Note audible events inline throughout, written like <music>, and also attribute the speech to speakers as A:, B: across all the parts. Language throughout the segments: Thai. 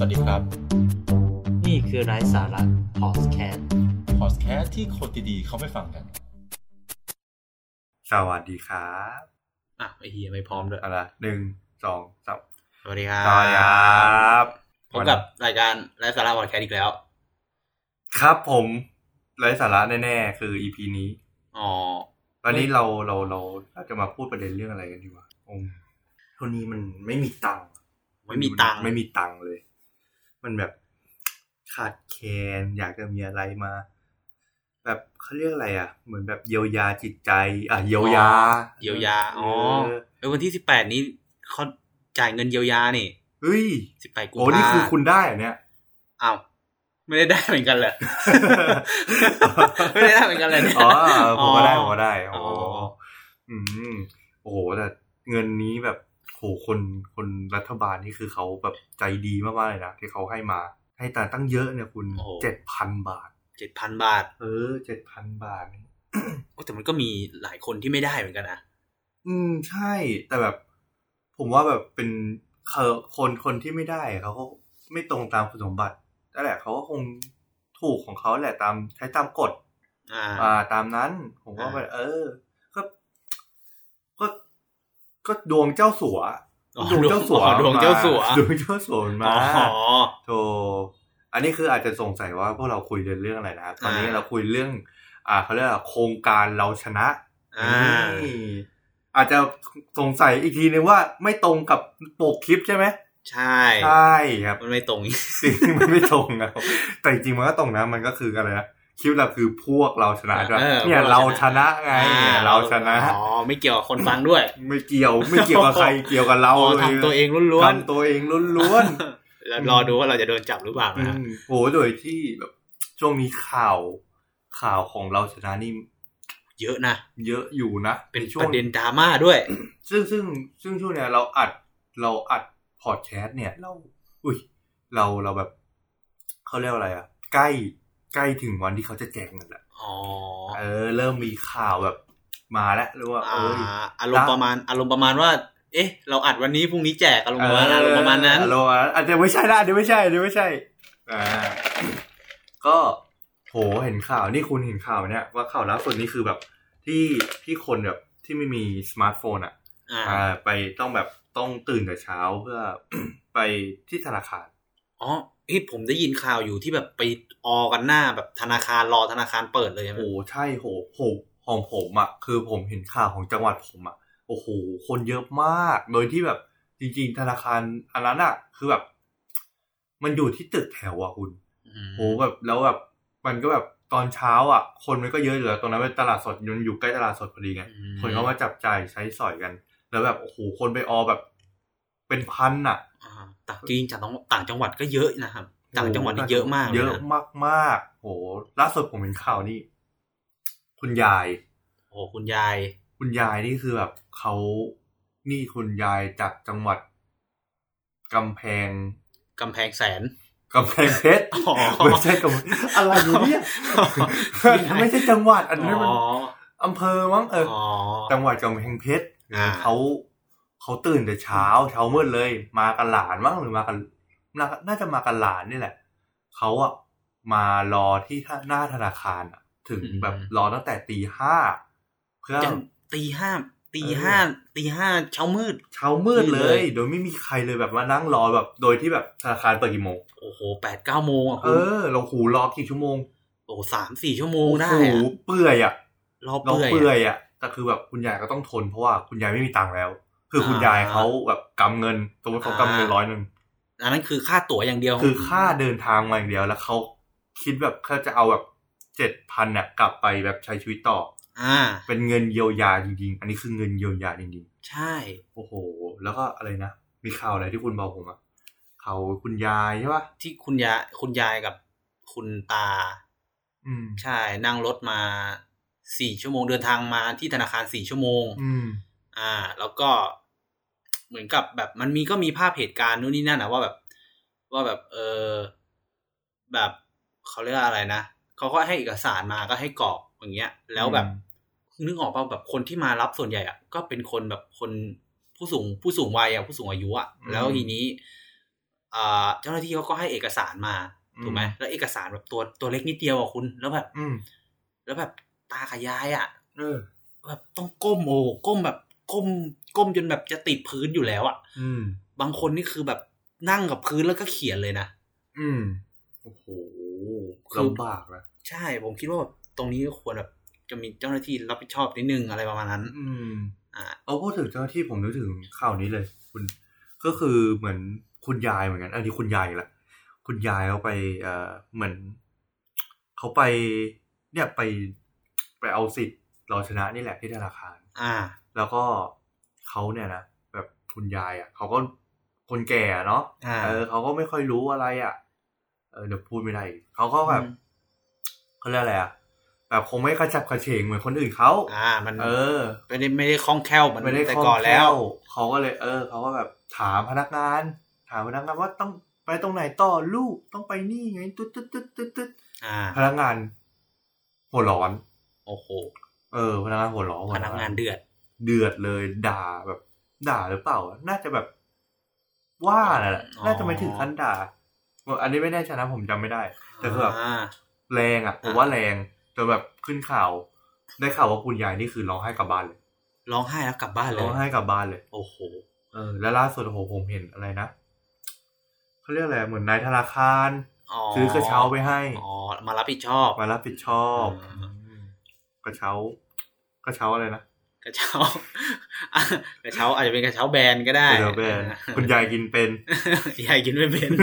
A: วัสดีครับ
B: นี่คือไร้สาระพอสแคสต์
A: พอดแคสต์ที่คนดีๆเขาไม่ฟังกัน
C: สวัสดีครับ
B: อ่ะไอเฮียไม่พร้อมด้วย
C: เอาละหนึ่งสองสาม
B: สวัสดีครั
C: สวัสดีครับ
B: พบกับรายการไร้สาระพอดแคสต์อีกแล้ว
C: ครับผมไร้สาระแน่ๆ คือ EP นี้
B: อ๋อ
C: ตอนนี้เราเราเราเราจะมาพูดประเด็นเรื่องอะไรกันดีวะองคนนี้มันไม่มีตังค์
B: ไม่มีตังค์
C: ไม่มีตังค์เลย มันแบบขาดแคลนอยากจะมีอะไรมา แบบเขาเรียกอะไรอ่ะ เหมือนแบบเยียวยาจิตใจ อ่ะเยียวยา
B: เยียวยาอ๋อ
C: เออ
B: เออวันที่สิบแปดนี้เขาจ่ายเงินเยียวยานี่
C: เฮ้ย
B: สิบแปดกุม
C: โอ้นี่
B: ภา
C: คือคุณได้เหรอเนี่ย
B: อ้าวไม่ได้ได้เหมือนกันเหรอ ไม่ได้ได้เหมือนกันเลยเนี่ย
C: อ๋อผมก็ได้ผมก็ได้
B: อ๋
C: อ๋
B: อ
C: ออืมโอ้โหแต่เงินนี้แบบโหคนคนรัฐบาลนี่คือเขาแบบใจดีมากๆเลยนะที่เขาให้มา ให้แต่ตั้งเยอะเนี่ยคุณ
B: โอ้โห
C: เจ็ดพันบาท
B: เจ็ดพันบาท
C: เออเจ็ดพันบาทนี่
B: โอ้แต่มันก็มีหลายคนที่ไม่ได้เหมือนกันนะ
C: อืมใช่ แต่แบบ ผมว่าแบบเป็นเขาคนคนที่ไม่ได้เขาก็ไม่ตรงตามคุณสมบัตินั่นแหละเขาก็คงถูกของเขาแหละตามใช้ตามกฎ
B: อ่า
C: อ่าตามนั้นผมว่า
B: อ่ามั
C: นเออ ก็ ก็ก็ดวงเจ้าสัว
B: อ๋อ
C: ดวงเจ้าสัว
B: อ๋อดวงเจ้าสัว
C: มดวงเจ้าสัวมัน
B: อ๋
C: มา
B: อ
C: โธอันนี้คืออาจจะสงสัยว่าพวกเราคุยเรื่องอะไรนะครับตอนนี้
B: อ่า
C: เราคุยเรื่อง อ่าเขาเรียกว่าโครงการเราชนะ
B: อ่า
C: นี่อาจจะสงสัยอีกทีนึงว่าไม่ตรงกับปกคลิปใช่ไหม
B: ใช่
C: ใช่ครับ
B: มันไม่ตรงอีก
C: จริงมันไม่ตรงนะแต่จริงๆมันก็ตรงนะ มันก็คืออะไรนะคิวเราคือพวกเราชนะด้วย
B: ออ
C: เนี่ยเราชนะไงเนี่ยเราชนะ
B: อ๋อไม่เกี่ยวกับคนฟังด้วย
C: ไม่เกี่ยวไม่เกี่ยวกับใครเกี่ยวกับเรา
B: อ๋อ
C: เลย
B: ทำตัวเองล้วน
C: ทำตัวเองล้วน
B: ๆแล้วรอดูว่าเราจะโดนจับหรือเปล่า
C: ๆอื
B: นะฮะ
C: มโหโดยที่แบบช่วงนี้ข่าวข่าวของเราชนะนี่
B: เยอะนะ
C: เยอะอยู่นะ
B: เป็นป
C: ใช่วง
B: ระเด็นดราม่าด้วย
C: ซึ่งซึ่งซึ่งช่วงเนี้ยเราอัดเราอัดพอดแคสต์เนี่ยเรา อุ้ย เราเราแบบเขาเรียกว่าอะไรอะใกล้ใกล้ถึงวันที่เขาจะแจกเงินละ
B: อ๋อ
C: เออเริ่มมีข่าวแบบมาแล้วหรือว่า
B: อ่า
C: เอ้ย
B: อารมณ์ประมาณ อารมณ์ประมาณว่า เอ๊ะ เราอัดวันนี้พรุ่งนี้แจกอารมณ์ประมาณนั้นอารมณ์ประมาณนั้น
C: อารมณ์ประมาณนั้นอาจจะไม่ใช่ละเดี๋ยวไม่ใช่เดี๋ยวไม่ใช่อ่าก็โหเห็นข่าวนี่คุณเห็นข่าวเนี่ยว่าข่าวล่าสุดนี่คือแบบที่ที่คนแบบที่ไม่มีสมาร์ทโฟนอ่ะ
B: อ่า
C: อ่าไปต้องแบบต้องตื่นแต่เช้าเพื่อ <coughs> ไปที่ธนาคาร
B: อ๋อเฮ้ยผมได้ยินข่าวอยู่ที่แบบไปออกันหน้าแบบธนาคารรอธนาคารเปิดเลยใช่ไหม
C: โอ้ใช่โหโหของผมอ่ะคือผมเห็นข่าวของจังหวัดผมอ่ะโอ้โหคนเยอะมาก โดยที่แบบจริง ๆ ธนาคารอันนั้นอ่ะคือแบบ มันอยู่ที่ตึกแถวอ่ะคุณ
B: อืม
C: โหแบบแล้วแบบมันก็แบบตอนเช้าอ่ะ คนมันก็เยอะอยู่แล้วตรงนั้นเป็นตลาดสดยนอยู่ใกล้ตลาดสดพอดีไงคนก็มาจับจ่ายใช้สอยกัน แล้วแบบโอ้โหคนไปออแบบ เป็นพันอ่ะ
B: อ่าต่างจริงจากต่างจังหวัดก็เยอะนะครับ ต่างจังหวัดนี่เยอะมากลน
C: เยอะมากมากๆโหล่าสุดผมเห็นข่าวนี่คุณยาย
B: โอ้โหคุณยาย
C: คุณยายนี่คือแบบเขานี่คุณยายจากจังหวัดกำแพง
B: กำแพงแสน
C: กำแพงเพชร
B: อ๋อ
C: ไม่ใช่กำแพงอะไรอยู่เนี่ยไม่ใช่จังหวัดอันนั้นมัน
B: อ๋อ
C: อำเภอมั้งเอออ
B: อ๋อ
C: จังหวัดกำแพงเพชร
B: อ่า
C: เขาเขาตื่นแต่เช้าเช้ามืดเลย มากันหลานมั้งหรือมากันน่าน่าจะมากันหลานนี่แหละเขาอะมารอที่ท่าหน้าธนาคารอะถึงแบบรอตั้งแต่ตีห้าเพื่อ
B: จนตีห้าตี
C: เออ
B: ห้าตีห้าเช้ามืด
C: เช้ามืด
B: นี่
C: เล
B: เลย
C: ย โดยไม่มีใครเลยแบบมานั่งรอแบบ โดยที่แบบธนาคารเปิดกี่โมง
B: โอ้โหแปดเก้าโมงอ่ะ
C: เอ
B: คุณ
C: อเราหูรอกี่ชั่วโมง
B: โอ้โหสามสี่ชั่วโมง
C: โอ้
B: ได้
C: โห
B: อะ
C: เปื่อยอะ
B: รอบ
C: เรา
B: เปื่อย
C: เปื่อ
B: อะ
C: ยอ่ะแต่คือแบบคุณยายก็ต้องทนเพราะว่าคุณยายไม่มีตังค์แล้ว คือคุณ
B: อ่าย
C: ยายเขาแบบกำเงินสมมติเขา
B: อ่า
C: กำเงินร้อยหนึ่ง
B: อันนั้นคือค่าตั๋วอย่างเดียว
C: คือค่าเดินทางมาอย่างเดียวแล้วเขาคิดแบบเขาจะเอาแบบเจ็ดพันเนี่ยกลับไปแบบใช้ชีวิตต่อ
B: อ่า
C: เป็นเงินเยียวยาจริงๆ อันนี้คือเงินเยียวยาจริง
B: ใช่
C: ๆโอ้โห แล้วก็อะไรนะ มีข่าวอะไรที่คุณบอกผมอ่ะเขาวคุณยายใช่ปะ
B: ที่คุณยายคุณยายกับคุณตา
C: อืม
B: ใช่นั่งรถมาสี่ชั่วโมงเดินทางมาที่ธนาคารสี่ชั่วโมง
C: อืม
B: อ่า แล้วก็เหมือนกับแบบมันมีก็มีภาพเหตุการณ์นู่นนี่นั่นนะว่าแบบ ว่าแบบเออแบบเขาเรียกว่าอะไรนะเขาก็ให้เอกสารมาก็ให้กรอกอย่างเงี้ย แล้วแบบนึกออกป่าแบบคนที่มารับส่วนใหญ่อะก็เป็นคนแบบคนผู้สูงผู้สูงวัยอะผู้สูงอายุอะ
C: อืม
B: แล้วทีนี้ อ่าเจ้าหน้าที่เขาก็ให้เอกสารมาถูกไหมแล้วเอกสารแบบตัวตัวเล็กนิดเดียวอ่ะคุณแล้วแบบ
C: อืม
B: แล้วแบบตาขยายอ่ะ
C: เออ
B: แบบต้องก้มโอ้โหก้มแบบก้มก้มจนแบบจะติดพื้นอยู่แล้วอ่ะ
C: อืม
B: บางคนนี่คือแบบนั่งกับพื้นแล้วก็เขียนเลยนะ
C: อืม
B: โอ้โห
C: ลำบากนะ
B: ใช่ ผมคิดว่าแบบตรงนี้ก็ควรแบบจะมีเจ้าหน้าที่รับผิดชอบนิดนึงอะไรประมาณนั้น
C: อืม
B: อ่า
C: เอาพูดถึงเจ้าหน้าที่ผมนึกถึงข่าวนี้เลย คุณ ก็คือเหมือนคุณยายเหมือนกันอันนี้คุณยายละคุณยายเขาไป เอ่อเหมือนเขาไป เนี่ยไปไปเอาสิทธิ์เราชนะนี่แหละที่ธนาคาร
B: อ่า
C: แล้วก็เขาเนี่ยนะแบบคุณยายอ่ะเขาก็คนแก่อะเนาะ
B: อ่า
C: เออเขาก็ไม่ค่อยรู้อะไรอ่ะเออเดี๋ยวพูดไม่ได้อีกเขาก็แบบ
B: อืม
C: เขาเรียกอะไรอ่ะแบบคงไม่กระฉับกระเฉงเหมือนคนอื่นเขา
B: อ่า มัน
C: เออ
B: ไม่ได้ไม่ได้คล่องแคล่วเหมือน
C: ไม่ได้
B: แต่
C: คล่อง
B: ก่อน
C: แค
B: แล้
C: ล่
B: ว
C: วเขาก็เลย เออเขาก็แบบถามพนักงาน ถามพนักงานว่าต้องไปตรงไหนต่อลูกต้องไปนี่ไงตุ๊ดตุ๊ดตุ๊ดตุ๊ดตุ๊ด
B: อ่า
C: พนักงาน หัวร้อน
B: โอ้โห
C: เออ พนักงานหัวร้อน
B: พนักงานเดือด
C: เดือดเลยด่าแบบ ด่าหรือเปล่า น่าจะแบบว่าน่ะแหละ
B: อ๋อ
C: น่าจะไม่ถึงขั้นด่าอันนี้ไม่แน่ใจนะผมจำไม่ได้ แต่คือแบบ
B: อ่า
C: แรงอ่ะผม
B: อ่า
C: ว่าแรงจนแบบขึ้นข่าวได้ข่าวว่าคุณยายนี่คือร้องไห้กลับบ้านเลย
B: ร้องไห้แล้วกลับบ้านเล
C: ร้
B: ย
C: องไห้กลับบ้านเลย
B: โอ้โห
C: เออแล้วล่าสุดโอ้โหผมเห็นอะไรนะเขาเรียกอะไรเหมือนนายธนาคาร
B: อ๋อ
C: ซื้อกระเช้าไปให้
B: อ๋อ มารับผิดชอบ
C: มารับผิดชอบ
B: อ่า
C: อืมกระเช้า กระเช้าอะไรนะ
B: กระเช้า <laughs> กระเช้าอาจจะเป็นกระเช้าแบนก็ได้
C: เดี๋ยวแบนคุณยายกินเป็น
B: <laughs> ยายกินไม่เป็น <laughs>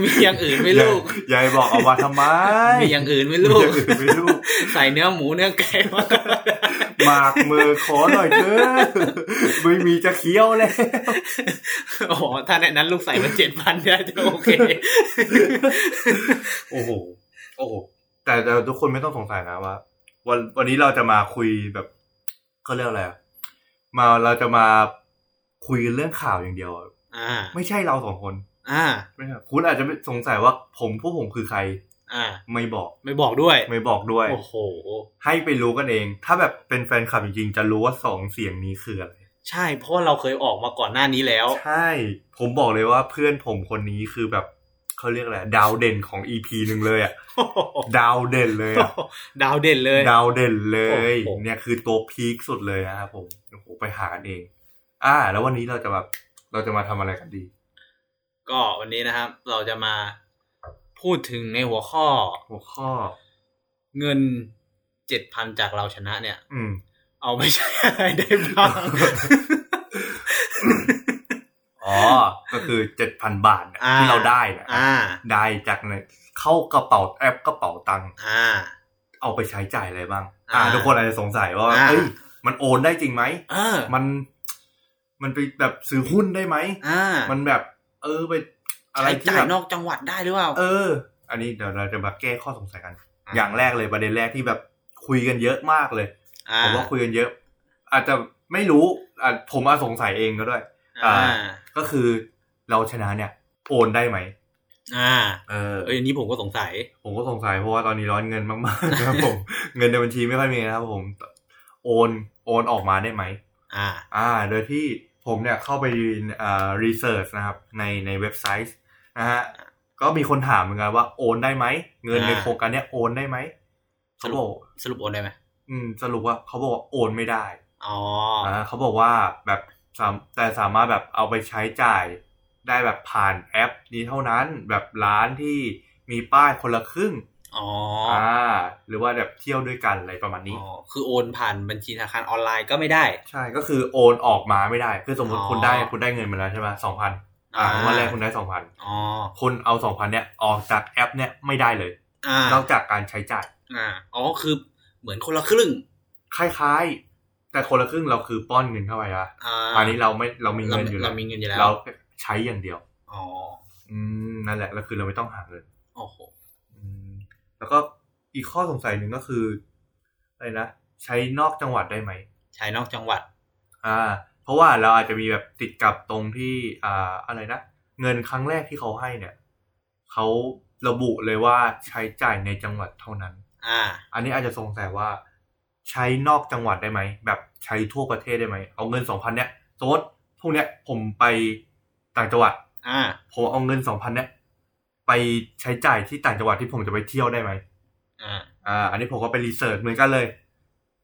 B: มีอย่างอื่นไหม่ลูก
C: ยายยายบอกเอามาทำไม
B: มีอย่างอื่นไหม่ลูก
C: มีอย่างอื่นไหม่ลูก
B: <laughs> ใส่เนื้อหมูเนื้อไก่มา
C: <laughs> หมากมือขอหน่อยเถอะ <laughs> ไม่มีจะเคี้ยว <laughs> แล้ว
B: โอ้โหถ้าในนั้นลูกใส่มาเจ็ดพันได้จะโอเค
C: โอ้โหโอ้โหแต่แต่ทุกคนไม่ต้องสงสัยนะว่าวันวันนี้เราจะมาคุยแบบเขาเรียกอะไรอะมาเราจะมาคุยกันเรื่องข่าวอย่างเดียวอะ
B: อ่า
C: ไม่ใช่เราสองคน
B: อ่า
C: ไม่ใช่คุณอาจจะไม่สงสัยว่าผมพวกผมคือใคร
B: อ่า
C: ไม่บอก
B: ไม่บอกด้วย
C: ไม่บอกด้วย
B: โอ้โห
C: ให้ไปรู้กันเอง ถ้าแบบเป็นแฟนคลับจริงๆจะรู้ว่าสองเสียงนี้คืออะไร
B: ใช่ เพราะว่าเราเคยออกมาก่อนหน้านี้แล้ว
C: ใช่ ผมบอกเลยว่าเพื่อนผมคนนี้คือแบบเขาเรียกอะไรดาวเด่นของ EP หนึ่งเลยอะดาวเด่นเลยอะ
B: ดาวเด่นเลย
C: ดาวเด่นเลย
B: โอ้โห
C: เนี่ยคือตัวพีคสุดเลยนะครับผมโอ้โหไปหากันเอง อ่า แล้ววันนี้เราจะแบบเราจะมาทำอะไรกันดี
B: ก็วันนี้นะครับ เราจะมาพูดถึงในหัวข้อ
C: หัวข้อ
B: เงินเจ็ดพันจากเราชนะเนี่ย
C: อืม
B: เอาไปใช้อะไรได้บ้าง
C: อ๋อ ก็คือเจ็ดพันบาทเนี่ย
B: อ่า
C: ที่เราได้เนะ
B: <laughs> อ่า
C: ได้จากในเข้ากระเป๋าแอปกระเป๋าตังค์
B: อ่า
C: เอาไปใช้จ่ายอะไรบ้าง อ่า
B: อ่า
C: ทุกคนอาจจะสงสัยว่า
B: อ่า
C: เอ้ยมันโอนได้จริงไหม
B: เออ
C: มัน มันไปแบบซื้อหุ้นได้ไหม
B: อ่า
C: มันแบบ เออไปอะไร
B: ใช้
C: ที่
B: จ่าย
C: แบบ
B: นอกจังหวัดได้หรือเปล่า
C: เออ อันนี้เดี๋ยวเราจะมาแก้ข้อสงสัยกัน
B: อ่า
C: อย่างแรกเลยประเด็นแรกที่แบบคุยกันเยอะมากเลย
B: อ่า
C: ผมว่าคุยกันเยอะ อาจจะไม่รู้อาจผมอาจสงสัยเองก็ด้วย
B: อ่า
C: ก็คือเราชนะเนี่ยโอนได้ไหม
B: อ่า
C: เออ
B: เอ้ยอันนี้ผมก็สงสัย
C: ผมก็สงสัยเพราะว่าตอนนี้ร้อนเงินมากๆนะครับผม เงินในบัญชีไม่ค่อยมีนะครับผม โอนโอนออกมาได้ไหม
B: อ่า
C: อ่า โดยที่ผมเนี่ยเข้าไปอ่ารีเสิร์ชนะครับในในเว็บไซต์นะฮะก็มีคนถามเหมือนกันว่าโอนได้ไหมเงินใน
B: อ่า
C: โครงการเนี้ยโอนได้ไหม
B: ส
C: เขา
B: รุ
C: บ
B: ป
C: อก
B: สรุปโอนได้ไหม
C: อืมสรุปว่าเขาบอกว่าโอนไม่ได้
B: อ๋อ
C: อ่าเขาบอกว่าแบบสามแต่สามารถแบบเอาไปใช้จ่ายได้แบบผ่านแอปนี้เท่านั้น แบบร้านที่มีป้ายคนละครึ่ง
B: อ๋อ
C: อ่าหรือว่าแบบเที่ยวด้วยกันอะไรประมาณนี้
B: อ๋อคือโอนผ่านบัญชีธนาคารออนไลน์ก็ไม่ได้
C: ใช่ก็คือโอนออกมาไม่ได้ คือสมมติ
B: อ๋อ
C: คุณได้คุณได้เงินมาแล้วใช่ไหมสองพันอ่าวันแรกคุณได้สองพัน
B: อ๋อ
C: คุณเอาสองพันเนี่ยออกจากแอปเนี่ยไม่ได้เลย
B: อ่าน
C: อกจากการใช้จ่าย
B: อ่าอ๋อคือเหมือนคนละครึ่ง
C: คล้ายๆ แต่คนละครึ่งเราคือป้อนเงินเข้าไปอะ
B: อ่า
C: อันนี้เราไม่เรามีเงินอยู่แล้ว
B: เรามีเงินอยู่แล้ว
C: เราใช้อย่างเดียว
B: อ๋อ
C: อืมนั่นแหละแล้วคือเราไม่ต้องหาเงิน
B: โอ้โห
C: อืมแล้วก็อีกข้อสงสัยหนึ่งก็คืออะไรนะใช้นอกจังหวัดได้ไหม
B: ใช้นอกจังหวัด
C: อ่า เพราะว่าเราอาจจะมีแบบติดกับตรงที่อ่าอะไรนะ เงินครั้งแรกที่เขาให้เนี่ยเขาระบุเลยว่าใช้จ่ายในจังหวัดเท่านั้น
B: อ่า
C: อันนี้อาจจะสงสัยว่าใช้นอกจังหวัดได้ไหมแบบใช้ทั่วประเทศได้ไหมเอาเงินสองพันเนี้ยสมมติพวกเนี้ยผมไปต่างจังหวัด
B: อ่า
C: ผมเอาเงินสองพันเนี่ยไปใช้จ่ายที่ต่างจังหวัดที่ผมจะไปเที่ยวได้ไหม
B: อ่า
C: อ่า อันนี้ผมก็ไปรีเสิร์ชเหมือนกันเลย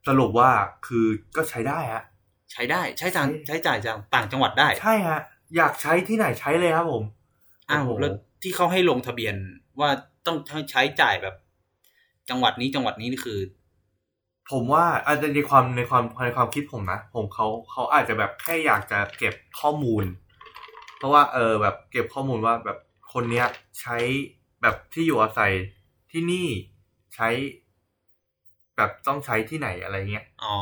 C: สรุปว่าคือก็ใช้ได้ฮะ
B: ใช้ได้ใช้จ่ายใช้จ่ายจังต่างจังหวัดได้
C: ใช่ฮะ อยากใช้ที่ไหนใช้เลยครับผม
B: อ้าว
C: โโห
B: แล้วที่เขาให้ลงทะเบียนว่าต้องใช้จ่ายแบบ จังหวัดนี้จังหวัดนี้นี่คือ
C: ผมว่าอาจจะในความในความในความคิดผมนะ ผมเขาเขาอาจจะแบบแค่อยากจะเก็บข้อมูล เพราะว่าเออแบบเก็บข้อมูลว่าแบบคนเนี้ยใช้แบบที่อยู่อาศัยที่นี่ใช้ แบบต้องใช้ที่ไหนอะไรเงี้ย
B: อ๋อ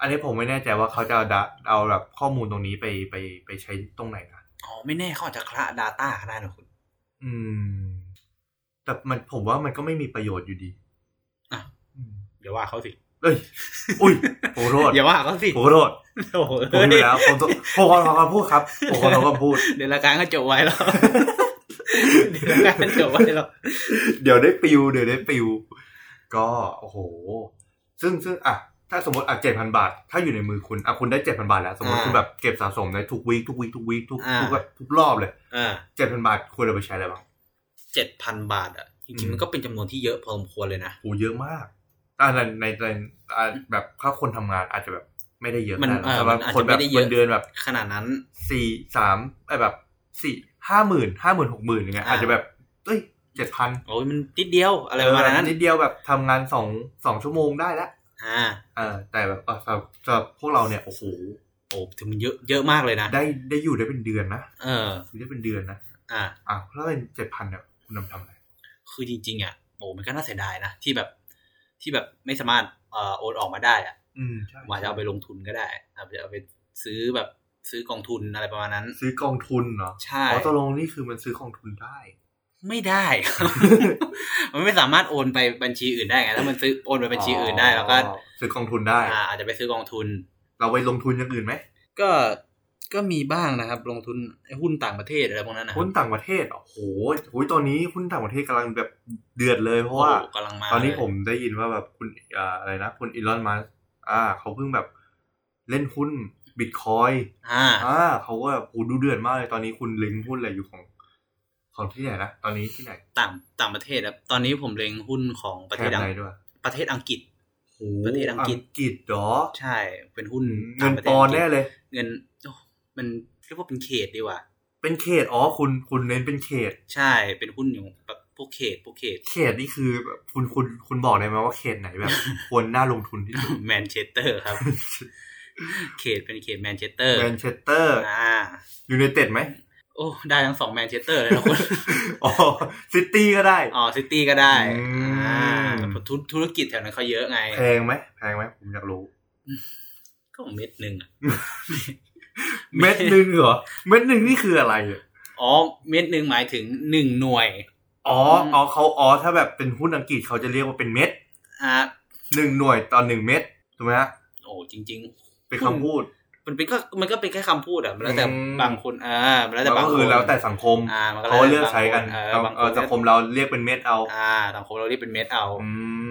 C: อันนี้ผมไม่แน่ใจว่าเขาจะเอาดะเอาแบบข้อมูลตรงนี้ไปไปไปใช้ตรงไหนนะ
B: อ๋อ ไม่แน่เขาอาจจะคละ Data ก็ได้นะคุณ
C: อืม แต่มันผมว่ามันก็ไม่มีประโยชน์อยู่ดี
B: อ่ะ
C: อืม
B: เดี๋ยวว่าเขาสิ
C: เอ้ย อุ้ยผมขอโทษ
B: อย่าว่าเขาสิ
C: ผมขอโทษ
B: โอ้โห
C: ผมอยู่แล้วผมต้องผมขอโทษคำพูดครับผมขอโทษคำพูด
B: เดี๋ยวรายการก็จบไว้
C: <laughs>
B: แล้ว เดี๋ยวรายการก็จบไว้แล้ว
C: เดี๋ยวได้ปิว เดี๋ยวได้ปิว ก็โอ้โห ซึ่งซึ่งอ่ะ ถ้าสมมติอ่ะเจ็ดพันบาท ถ้าอยู่ในมือคุณอ่ะคุณได้เจ็ดพันบาทแล้ว สมมติ
B: อ่า
C: คุณแบบเก็บสะสมได้ทุกวีคทุกวีคทุกวีคทุก
B: อ่า
C: ทุกทุกรอบเลย
B: อ่า
C: เจ็ดพันบาทควรเอาไปใช้อะไรบ้าง
B: เจ็ดพันบาทอ่ะ จ
C: อื
B: ริง
C: ม
B: ๆมันก็เป็นจำนวนที่เยอะพอสมควรเลยนะ
C: โหเยอะมากอ่าในในในอ่ะแบบถ้าคนทำงานอาจจะแบบไม่ได้เยอะ
B: มัน
C: ขาด
B: เออ
C: สำหรับ
B: มันอาจจะ
C: คนแบบ
B: ไม่ได้เย
C: เงิ
B: อะ
C: นเดือนแบบ
B: ขนาดนั้น
C: สี่สามเอ้ยแบบสี่ห้าหมื่นห้าหมื่นหกหมื่นอย่างเงี้ย
B: อ่า
C: อาจจะแบบเอ้ยเจ็ดพัน
B: โอ้ยมันนิดเดียวอะไรประมาณนั้น
C: นิดเดียวแบบทำงานสองสองชั่วโมงได้ละ
B: อ่า
C: เออแต่แบบเอ่อสำหรับสำหรับพวกเราเนี่ยโอ้โห
B: โอ้ถือมันเยอะเยอะมากเลยนะ
C: ได้ได้อยู่ได้เป็นเดือนนะ
B: เออ
C: อยู่ได้เป็นเดือนนะ
B: อ่า
C: อ่ะแล้วเป็นเจ็ดพันเนี่ยคุณนำทำอะไร
B: คือจริงๆอ่ะโอ้มันก็น่าเสียดายนะ ที่แบบที่แบบไม่สามารถเอ่อโอนออกมาได้อ่ะ
C: อืมใช่
B: ผมอาจจะเอาไปลงทุนก็ได้อาจจะเอาไปซื้อแบบซื้อกองทุนอะไรประมาณนั้น
C: ซื้อกองทุนเนาะ
B: ใช่
C: อ๋อตกลงนี่คือมันซื้อกองทุนได้
B: ไม่ได้ <laughs> มันไม่สามารถโอนไปบัญชีอื่นได้ไง ถ้ามันซื้อโอนไปบัญชีอื่นได้ แล้วก็
C: ซื้อกองทุนได้
B: อ่าอาจจะไปซื้อกองทุน
C: เราไปลงทุนอย่างอื่นไหม
B: ก็ก็มีบ้างนะครับ ลงทุนไอ้หุ้นต่างประเทศอะไรพวกนั้นนะ
C: หุ้นต่างประเทศอ่ะโอ้โหโอ้ยตอนนี้หุ้นต่างประเทศกำลังแบบเดือดเลยเพราะว่า
B: โอ้กำลังมา
C: ตอนนี้
B: เลย
C: ผมได้ยินว่าแบบคุณอ่าอะไรนะคุณอีลอนมัสอ่า เขาเพิ่งแบบเล่นหุ้นบิตคอย
B: อ่า
C: อ่าเขาก็แบบโอ้ดูเดือดมากเลยตอนนี้คุณเล็งหุ้นอะไรอยู่ของ ของที่ไหนนะตอนนี้ที่ไหน
B: ต่างต่างประเทศครับตอนนี้ผมเล็งหุ้นของประเทศ
C: แถบ
B: อัง
C: ไหนด้วย
B: ประเทศอังกฤษ
C: โอ้
B: ประเทศอังกฤษ
C: อังกฤษเหรอ
B: ใช่ เป็นหุ้น
C: เงิน
B: ต่าระท
C: ป
B: ศ
C: อนด์แน่เลย
B: เงินโอ้มันเรียกว่าเป็นเขตดีกว่า
C: เป็นเขตอ๋อคุณคุณเน้นเป็นเขต
B: ใช่ เป็นหุ้นอยู่แบบพวกเขต พวกเขต <coughs>
C: เขตนี่คือแบบคุณคุณคุณบอกได้ไหมว่าเขตไหนแบบ
B: <laughs>
C: ควรน่าลงทุนที่สุด
B: แมนเชสเตอร์
C: <laughs>
B: ครับ เขตเป็นเขตแมนเชสเตอร์
C: แมนเชสเตอร์
B: อ่า
C: ยูไนเต็ดไหม <laughs>
B: โอ้ ได้ทั้งสองแมนเชสเตอร์เลยนะคุณ
C: อ๋อซิตี้ก็ได้
B: อ๋อ ซิตี้ก็ได้
C: อืม
B: อ่าธุธุรกิจแถวนั้นเขาเยอะไง
C: แพงไหมแพงไหมผมอยากรู้
B: ก็เม็ดหนึ่งอะ
C: เม็ดหนึ่งเหรอ เม็ดหนึ่งนี่คืออะไรอะ
B: อ๋อ เม็ดหนึ่งหมายถึงหนึ่งหน่วย
C: อ๋อ
B: อืม
C: อ๋อเขาอ๋อถ้าแบบเป็นหุ้นอังกฤษเขาจะเรียกว่าเป็นเม็ด
B: อ่า
C: หนึ่งหน่วยต่อหนึ่งเม็ดถูกไหมฮะ
B: โอ้ จริง
C: เป็นคำพูด
B: ๆ มันเป็นก็มันก็เป็นแค่คำพูดอะมันแล้วแต่
C: อืม
B: บางคนอ่ามันแล้ว
C: แล้
B: แต่
C: ว
B: บาง
C: ก็
B: ค
C: คือน แล้วแต่สังคม
B: อ่ามันก็
C: เขา
B: แล้วแต่
C: เลือกใช้กัน
B: บางคเออบางค
C: เออน สังคมเราเรียกเป็นเม็ดเอา
B: อ่าสังคมเราเรียกเป็นเม็ดเอา
C: อื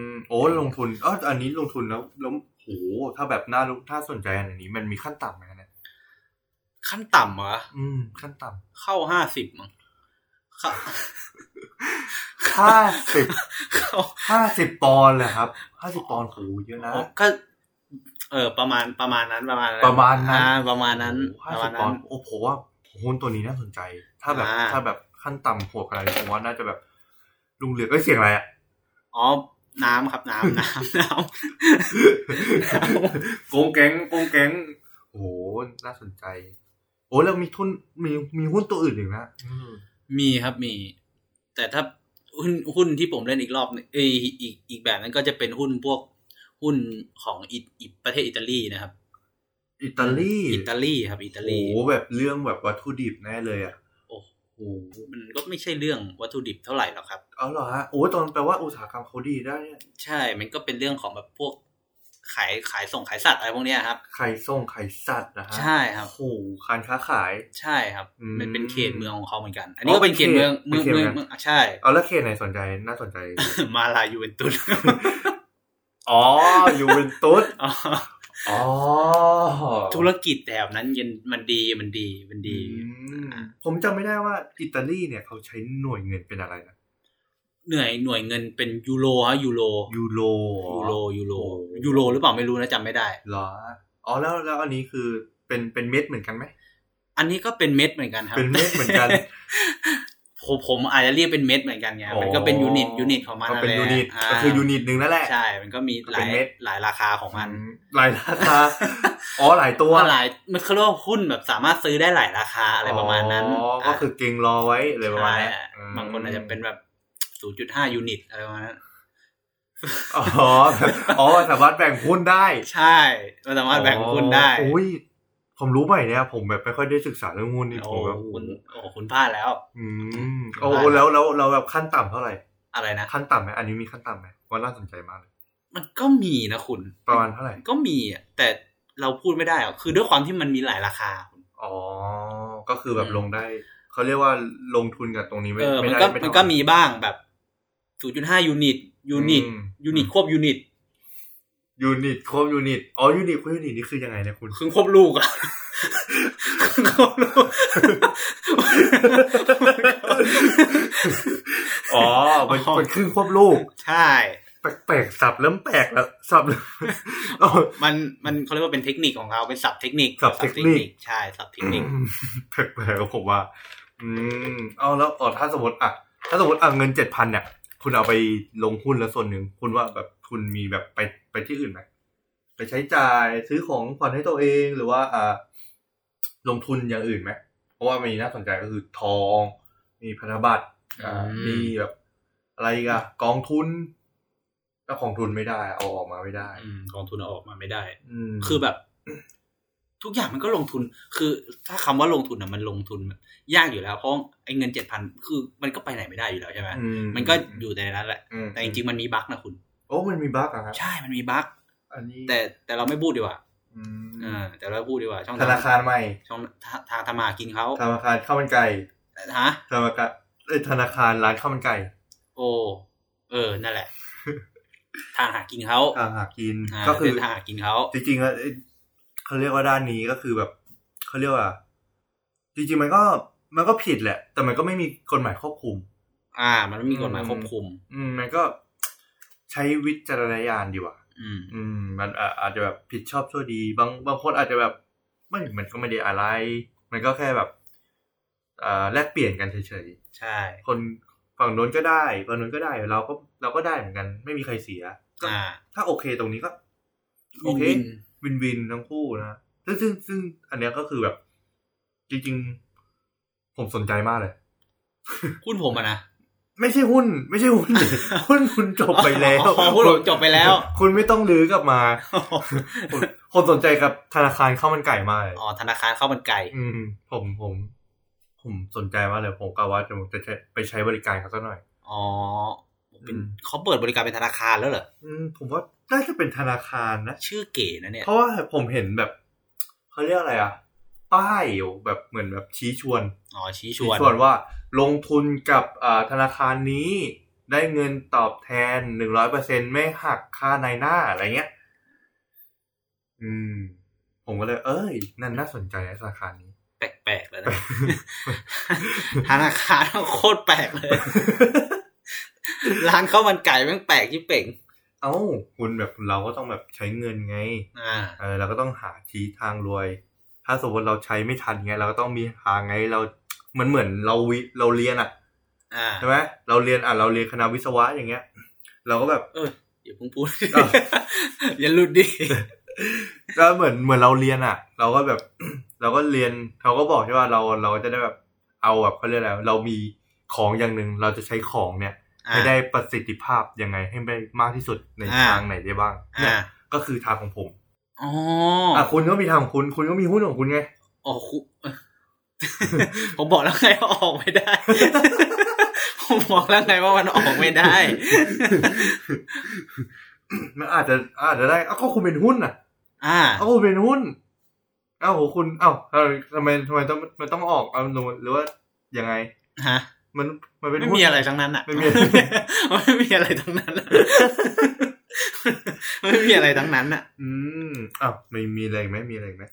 C: มโอ้ลงทุนเอออันนี้ลงทุนแล้วแล้วโหถ้าแบบน่ารู้ถ้าสนใจอันนี้ มันมีขั้นต่ำไหมเนี่ย
B: ขั้นต่ำเหรอ
C: อืม ขั้นต่
B: เข้าห้าสิบมั้งเข้า
C: ำห้าสิ
B: <laughs>
C: บ
B: เข้า
C: ห้าสิบปอนด์เหรอครับห้าสิบปอนด์โหเยอะนะ
B: ก็เออประมาณประมาณนั้นประมาณนั้น
C: ประมาณนั้น
B: อ่ประมาณนั้น
C: ห้า
B: ประ
C: สิ
B: มาณ
C: บปอ
B: นั้น น
C: ด์โอ้โหว่าหุ้นตัวนี้น่าสนใจ ถ้าแบบ
B: อ่า
C: ถ้าแบบขั้นต่ำหัวขนาดนี้ผมว่าน่าจะแบบลุงเหลือก็เสียงอะไร
B: <laughs>
C: อ่ะ
B: อ๋อน้ำครับน้ำน้ <laughs> ำน้
C: โกงแก๊งโกงแก๊งโอ้โหน่าสนใจ โอ้แล้วมีทุนมีมีหุ้นตัวอื่นอีกนะอืม
B: ำมีครับมี แต่ถ้าหุ้นหุ้นที่ผมเล่นอีกรอบเอยอีกอีกอีกแบบนั้นก็จะเป็นหุ้นพวกหุ้นของอิอิประเทศอิตาลีนะครับ
C: อิตาลี
B: อิตาลีครับอิตาลี
C: โอ้โหแบบเรื่องแบบวัตถุดิบแน่เลยอ่ะ
B: โอ้
C: โอ้โห
B: มันก็ไม่ใช่เรื่องวัตถุดิบเท่าไหร่หรอกครับ
C: เอาเหรอฮะโอ้ตอนแปลว่าอุตสาหกรรมเขาดีได้เนี่ย
B: ใช่ มันก็เป็นเรื่องของแบบพวกขายขายส่งขายสัตว์อะไรพวกเนี้ยครับ
C: ไข่ส่งไข่สัตว์นะฮะ
B: ใช่ครับ
C: โอ้โหการค้าขาย
B: ใช่ครับ
C: อืม
B: มันเป็นเขตเมืองของเขาเหมือนกัน อัน
C: อ๋
B: นี้
C: อ
B: ก็เป็นเขตเมือง
C: เป็น
B: เมือง
C: เขต
B: เมือง
C: เหมือนกัน
B: เมืองอ่ะใช่ <laughs>
C: เอาแล้วเขตไหนสนใจน่าสนใจ <laughs>
B: มาลายูเวนตุส
C: อ๋อยูเวนตุส อ๋อ
B: ธุรกิจแบบนั้นเย็นมันดีมันดีมันดี
C: อืมผมจำไม่ได้ว่าอิตาลีเนี่ยเขาใช้หน่วยเงินเป็นอะไรนะ
B: เหนื่อยหน่วยเงินเป็นยูโรฮะยูโร
C: ยูโร
B: ยูโรยูโรยูโรหรือเปล่าไม่รู้นะจำไม่ได้
C: เหรออ๋อแล้วแล้วอันนี้คือเป็นเป็นเม็ดเหมือนกันไหม
B: อันนี้ก็เป็นเม็ดเหมือนกันครับ
C: เป็นเม็ดเหมือนกัน
B: <laughs> ผมผมอาจจะเรียกเป็นเม็ดเหมือนกันไงมันก็เป็นยูนิตยูนิตของมัน
C: ก็เป็น
B: แหละ
C: ยูนิต
B: า
C: ก็คือยูนิตหนึ่งนั่นแหละ
B: ใช่ มันก็มีห
C: ก็
B: ลา
C: เป็
B: ย
C: นเม็ด
B: หลายราคาของมัน
C: อืหลายรา
B: <laughs>
C: คาอ๋อหลายตัว
B: ว่าหลายมันเขาเรียกว่าหุ้นแบบสามารถซื้อได้หลายราคาอะไรประมาณนั้น
C: อ๋อก็คือเก่งรอไว้อะไรประมาณนั้น
B: ใช่
C: อืม
B: บางคนอาจจะเป็นแบบ 0.5 ยูนิตอะไรประมาณนั้น
C: อ๋ <laughs> ออ๋อสามารถแบ่งหุ้นได้
B: ใช่มันสามารถแบ่งหุ้นได้
C: อ๋ออุ้ยผมรู้ใหม่เนี่ยผมแบบไม่ค่อยได้ศึกษาเรื่องหุ้นนี่ผ
B: โอ้
C: มแบบ
B: คุณโอ้คุณพลาดแล้ว
C: อืมโอ้แล้วแล้วเราแบบขั้นต่ำเท่าไหร่
B: อะไรนะ
C: ขั้นต่ำไหมอันนี้มีขั้นต่ำไหมว่าน่าสนใจมากเลย
B: มันก็มีนะคุณ
C: ประมาณเท่าไหร่
B: ก็มีอะแต่เราพูดไม่ได้อะคือด้วยความที่มันมีหลายราคา
C: อ๋อก็คือแบบลงได้เขาเรียกว่าลงทุนกับตรงนี้ไม่
B: เออ
C: ไม่
B: มัน
C: ได้
B: ก็
C: ไเท่า
B: มันก็มีบ้างแบบ 0.5 ยูนิต ยูนิต
C: อืม
B: ยูนิตควบยูนิต
C: ยูนิตครบยูนิตอ๋อยูนิตครบยูนิตนี่คือยังไงเนี่ยคุณ
B: ครึ่งควบลูกอะครึ่งควบลูก
C: อ๋อมัน
B: อ๋อ
C: มันครึ่งควบลูก
B: ใช่
C: แปลกๆสับเริ่มแปลกแล้วสับเริ่มเอ้า
B: <laughs> มันมันเขาเรียกว่าเป็นเทคนิคของเขาเป็นศัพท์เทคนิค
C: ศัพท์เทคนิค
B: ใช่ศัพท์เทคนิค
C: <laughs> แปลกๆผมว่า อืมเอาแล้วอ๋อถ้าสมมติอ่ะถ้าสมมติอ่ะเงินเจ็ดพันเนี่ย คุณเอาไปลงหุ้นแล้วส่วนหนึ่งคุณว่าแบบคุณมีแบบไปไปที่อื่นไหมไปใช้จ่ายซื้อของผ่อนให้ตัวเองหรือว่า อ่า ลงทุนอย่างอื่นไหมเพราะว่ามีน่าสนใจก็คือทอง มีพันธบัตร อ่ามีแบบอะไรอีกอะกองทุนถ้าของทุนไม่ได้เอาออกมาไม่ได้
B: อืมกองทุนเอาออกมาไม่ได้
C: อืม
B: คือแบบ ทุกอย่างมันก็ลงทุน คือ ถ้าคำว่าลงทุนอ่ะมันลงทุนแบบยากอยู่แล้วเพราะไอ้เงินเจ็ดพันคือมันก็ไปไหนไม่ได้อยู่แล้วใช่ไหม
C: อื
B: มันก็อยู่ในนั้นแหละ
C: อืม
B: แต่จริงๆมันมีบั๊กนะคุณ
C: โอ้มันมีบั๊กอะครับ
B: ใช่มันมีบั๊ก
C: อันนี้
B: แต่แต่เราไม่พูดดีกว่า
C: อืม
B: อ่าแต่เราพูดดีกว่าช่อง
C: ธนาคารใหม่
B: ช่องทางทางธรรมาหากินเขา
C: ธนาคารข้าวมันไก่
B: ฮะ
C: ธนาคารเอ้ยธนาคารร้านข้าวมันไก่
B: โอ้ เออ นั่น
C: <laughs>
B: แหละ ทางหากินเขา
C: ทางหากิน
B: อ่า
C: ก็คือ
B: เป็นทางหากินเขา
C: จริงๆแล้วเอ้ยเขาเรียกว่าด้านนี้ก็คือแบบเขาเรียกว่า จริงๆมันก็มันก็ผิดแหละ แต่มันก็ไม่มีกฎหมายควบคุม
B: อ่า มันไม่มีกฎหมายควบคุม
C: อืมมันก็ใช้วิจารณญาณดีกว่า
B: อืม
C: อืมมันอ่ะอาจจะแบบผิดชอบชั่วดี บางบางคนอาจจะแบบไม่มันก็ไม่ได้อะไร มันก็แค่แบบอ่าแลกเปลี่ยนกันเฉย
B: ใช่
C: ๆคนฝั่งโน้นก็ได้ฝั่งโน้นก็ได้ เราก็เราก็ได้เหมือนกัน ไม่มีใครเสียก็
B: อ่า
C: ถ้าโอเคตรงนี้ก็ โอเค
B: วิน
C: วินวินทั้งคู่นะซึ่งซึ่งซึ่งอันเนี้ยก็คือแบบ จริง ๆ ผมสนใจมากเลย
B: หุ้นผมอะนะ
C: <laughs> ไม่ใช่หุ้น ไม่ใช่หุ้น <laughs> หุ้นคุณจบไปแล้ว
B: อ๋อหุ้นผมจบไปแล้ว
C: คุณไม่ต้องลื้อกลับมา ผมคนสนใจกับธนาคารข้าวมันไก่มากเลย
B: อ๋อ ธนาคารเข้าวมันไก่
C: อืม ผมผม ผมสนใจมากเลย ผมกะว่าจะจะใช้ไปใช้บริการเขาสักหน่อย
B: อ๋อ เป็น
C: อืม
B: เขาเปิดบริการเป็นธนาคารแล้วเหรอ
C: อืม ผมว่าน่าจะเป็นธนาคารนะ
B: ชื่อเก๋นะเนี่ย
C: เพราะว่าผมเห็นแบบเขาเรียกอะไรอะป้ายอยู่แบบเหมือนแบบชี้ชวน
B: อ๋อ ชี้ช
C: ชี้
B: วน
C: ชวนว่าลงทุนกับอ่าธนาคารนี้ได้เงินตอบแทนหนึ่งร้อยเปอร์เซ็นไม่หักค่าในหน้าอะไรเงี้ย อืม ผมก็เลย เอ้ย นั่นน่าสนใจนะธนาคารนี้ <laughs>
B: แปลกๆแล้วนะ <laughs> ธนาคารโคตรแปลกเลย <laughs> ร้านข้าวมันไก่แม่งแปลกที่เป่ง
C: เอ้าคุณแบบเราก็ต้องแบบใช้เงินไง
B: อ่า
C: เออเราก็ต้องหาทีทางรวย ถ้าสมมติเราใช้ไม่ทันไงเราก็ต้องมีทางไงเราเหมือนเหมือนเราวิเราเรียนอะ
B: อ่า
C: ใช่ไหมเราเรียนอ่ะเราเรียนคณะวิศวะอย่างเงี้ย เราก็แบบ
B: อย่าเพิ่งพูด <laughs>
C: เออ
B: อย่าหลุดดิ
C: แล้วเหมือนเหมือนเราเรียนอ่ะ เราก็แบบ <clears throat> เราก็เรียนเขาก็บอกใช่ว่าเราเราจะได้แบบเอาแบบเขาเรียกอะไรเรามีของอย่างหนึ่งเราจะใช้ของเนี่ยให้ได้ประสิทธิภาพยังไงให้ได้มากที่สุดใน
B: อ่า
C: ทางไหนได้บ้างเนี่
B: อ่าย
C: ก็คือทางของผม
B: อ๋อ
C: อ่ะคุณก็มีทางของคุณ คุณก็มีหุ้นของคุณไง <clears throat>
B: อ๋อคุ <laughs> ผมบอกแล้วไงว่าออกไม่ได้ ผมบอกแล้วไงว่ามันออกไม่ได้
C: มันอาจจะอาจจะได้อ้าวก็คุณเป็นหุ้นอ่ะ
B: อ่า
C: อ้าวคุณเป็นหุ้นอ้าวโหคุณอ้าวเอ้าทำไมทำไมต้องมันต้องออกเอาหนูหรือว่ายังไง
B: ฮะ
C: มันมันเป็น
B: ไม่
C: หุ้น
B: <laughs> มีอะไรทั้งนั้นอ่ะ
C: ไม่มี <laughs>
B: ไม่มีอะไรทั้งนั้นอะ ไม่มีอะไรทั้งนั้นอะ
C: อืมอ้าวมีมีอะไรอีกไหมมีอะไรอีกไหม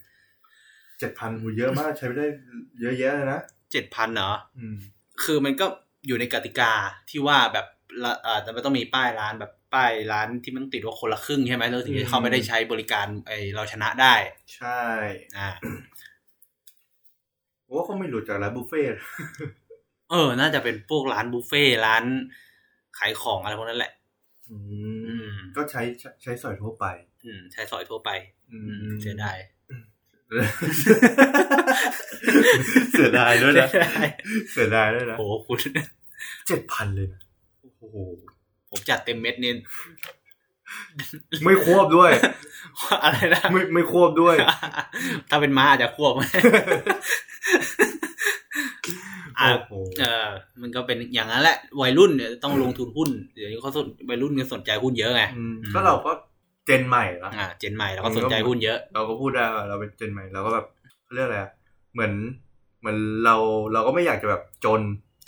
C: เจ็ดพันหูเยอะมากใช้ไม่ได้เยอะแยะเลยนะ
B: เจ็ดพันเหรอ
C: อืม
B: คือมันก็อยู่ในกติกาที่ว่าแบบละเอ่อแต่มันต้องมีป้ายร้านแบบป้ายร้านที่มันติดว่าคนละครึ่งใช่ไหมแล้วถึง
C: อื
B: จะ
C: ม
B: เข้าไม่ได้ใช้บริการไอเราชนะได้
C: ใช่
B: อ่า
C: ผมว่าเขาไม่หลุดจากร้านบุฟเฟ่ต์
B: เออ น่าจะเป็นพวกร้านบุฟเฟ่ต์ร้านขายของอะไรพวกนั้นแหละ
C: อื
B: อื
C: ม
B: ม
C: ก็ใช้ใช้ใช้สอยทั่วไป
B: อืมใช้สอยทั่วไป
C: อื
B: อื
C: ม
B: มเสียดาย
C: เสียดายด้วยนะ
B: เสียดาย
C: เสียดายด้วยนะ
B: โหคุณ
C: เจ็ดพันเลยนะโอ้โห
B: ผมจัดเต็มเม็ดเน้น
C: ไม่ควบด้วย
B: <laughs> อะไรนะ
C: ไม่ไม่ควบด้วย
B: ถ้าเป็นม้าอาจจะควบ อ่ะ
C: โอ้โห
B: เออ มันก็เป็นอย่างนั้นแหละ วัยรุ่นเนี่ยต้องลงทุนหุ้น เดี๋ยวนี้เขาสนวัยรุ่นเนี่ยสนใจหุ้นเยอะไง
C: มก็เราก็เจนใหม่ละ
B: อ่า เจนใหม่แล้วก็สนใจหุ้นเยอะ
C: เราก็พูดได้ว่าเราเป็นเจนใหม่เราก็แบบเขาเรียกอะไรอะเหมือน เหมือนเราเราก็ไม่อยากจะแบบจน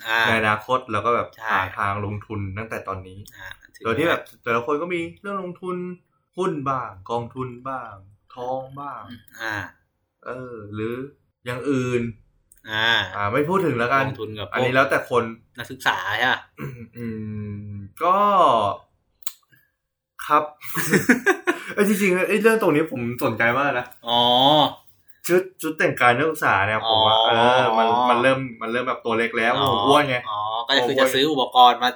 B: อ่า
C: ในอนาคตเราก็แบบ
B: ใช่
C: หาทางลงทุนตั้งแต่ตอนนี้
B: อ่าถือ
C: โดยที่แบบแต่ละคนก็มีเรื่องลงทุนหุ้นบ้าง กองทุนบ้าง ทองบ้าง
B: อ่า
C: เออ หรืออย่างอื่น
B: อ่า
C: อ่า ไม่พูดถึงแล้วกัน
B: ลงทุนกับพ
C: อัน
B: วก
C: นี้แล้วแต่คน
B: นักศึกษาใช่ปะ
C: อืม ก็
B: <laughs>
C: ครับ เอ้ยจริงๆไอ้ยเรื่องตรงนี้ผมสนใจมากนะ
B: อ๋อ
C: ชุดชุดแต่งกายนักศึกษาเนี่ยผมว่า
B: อ๋อ
C: เออมันมันเริ่มมันเริ่มแบบตัวเล็กแล้วผมอ้วนไง
B: อ๋อ ก็จะคือ
C: ผมอ้
B: จะ
C: วน
B: ซื้ออุปกรณ์มา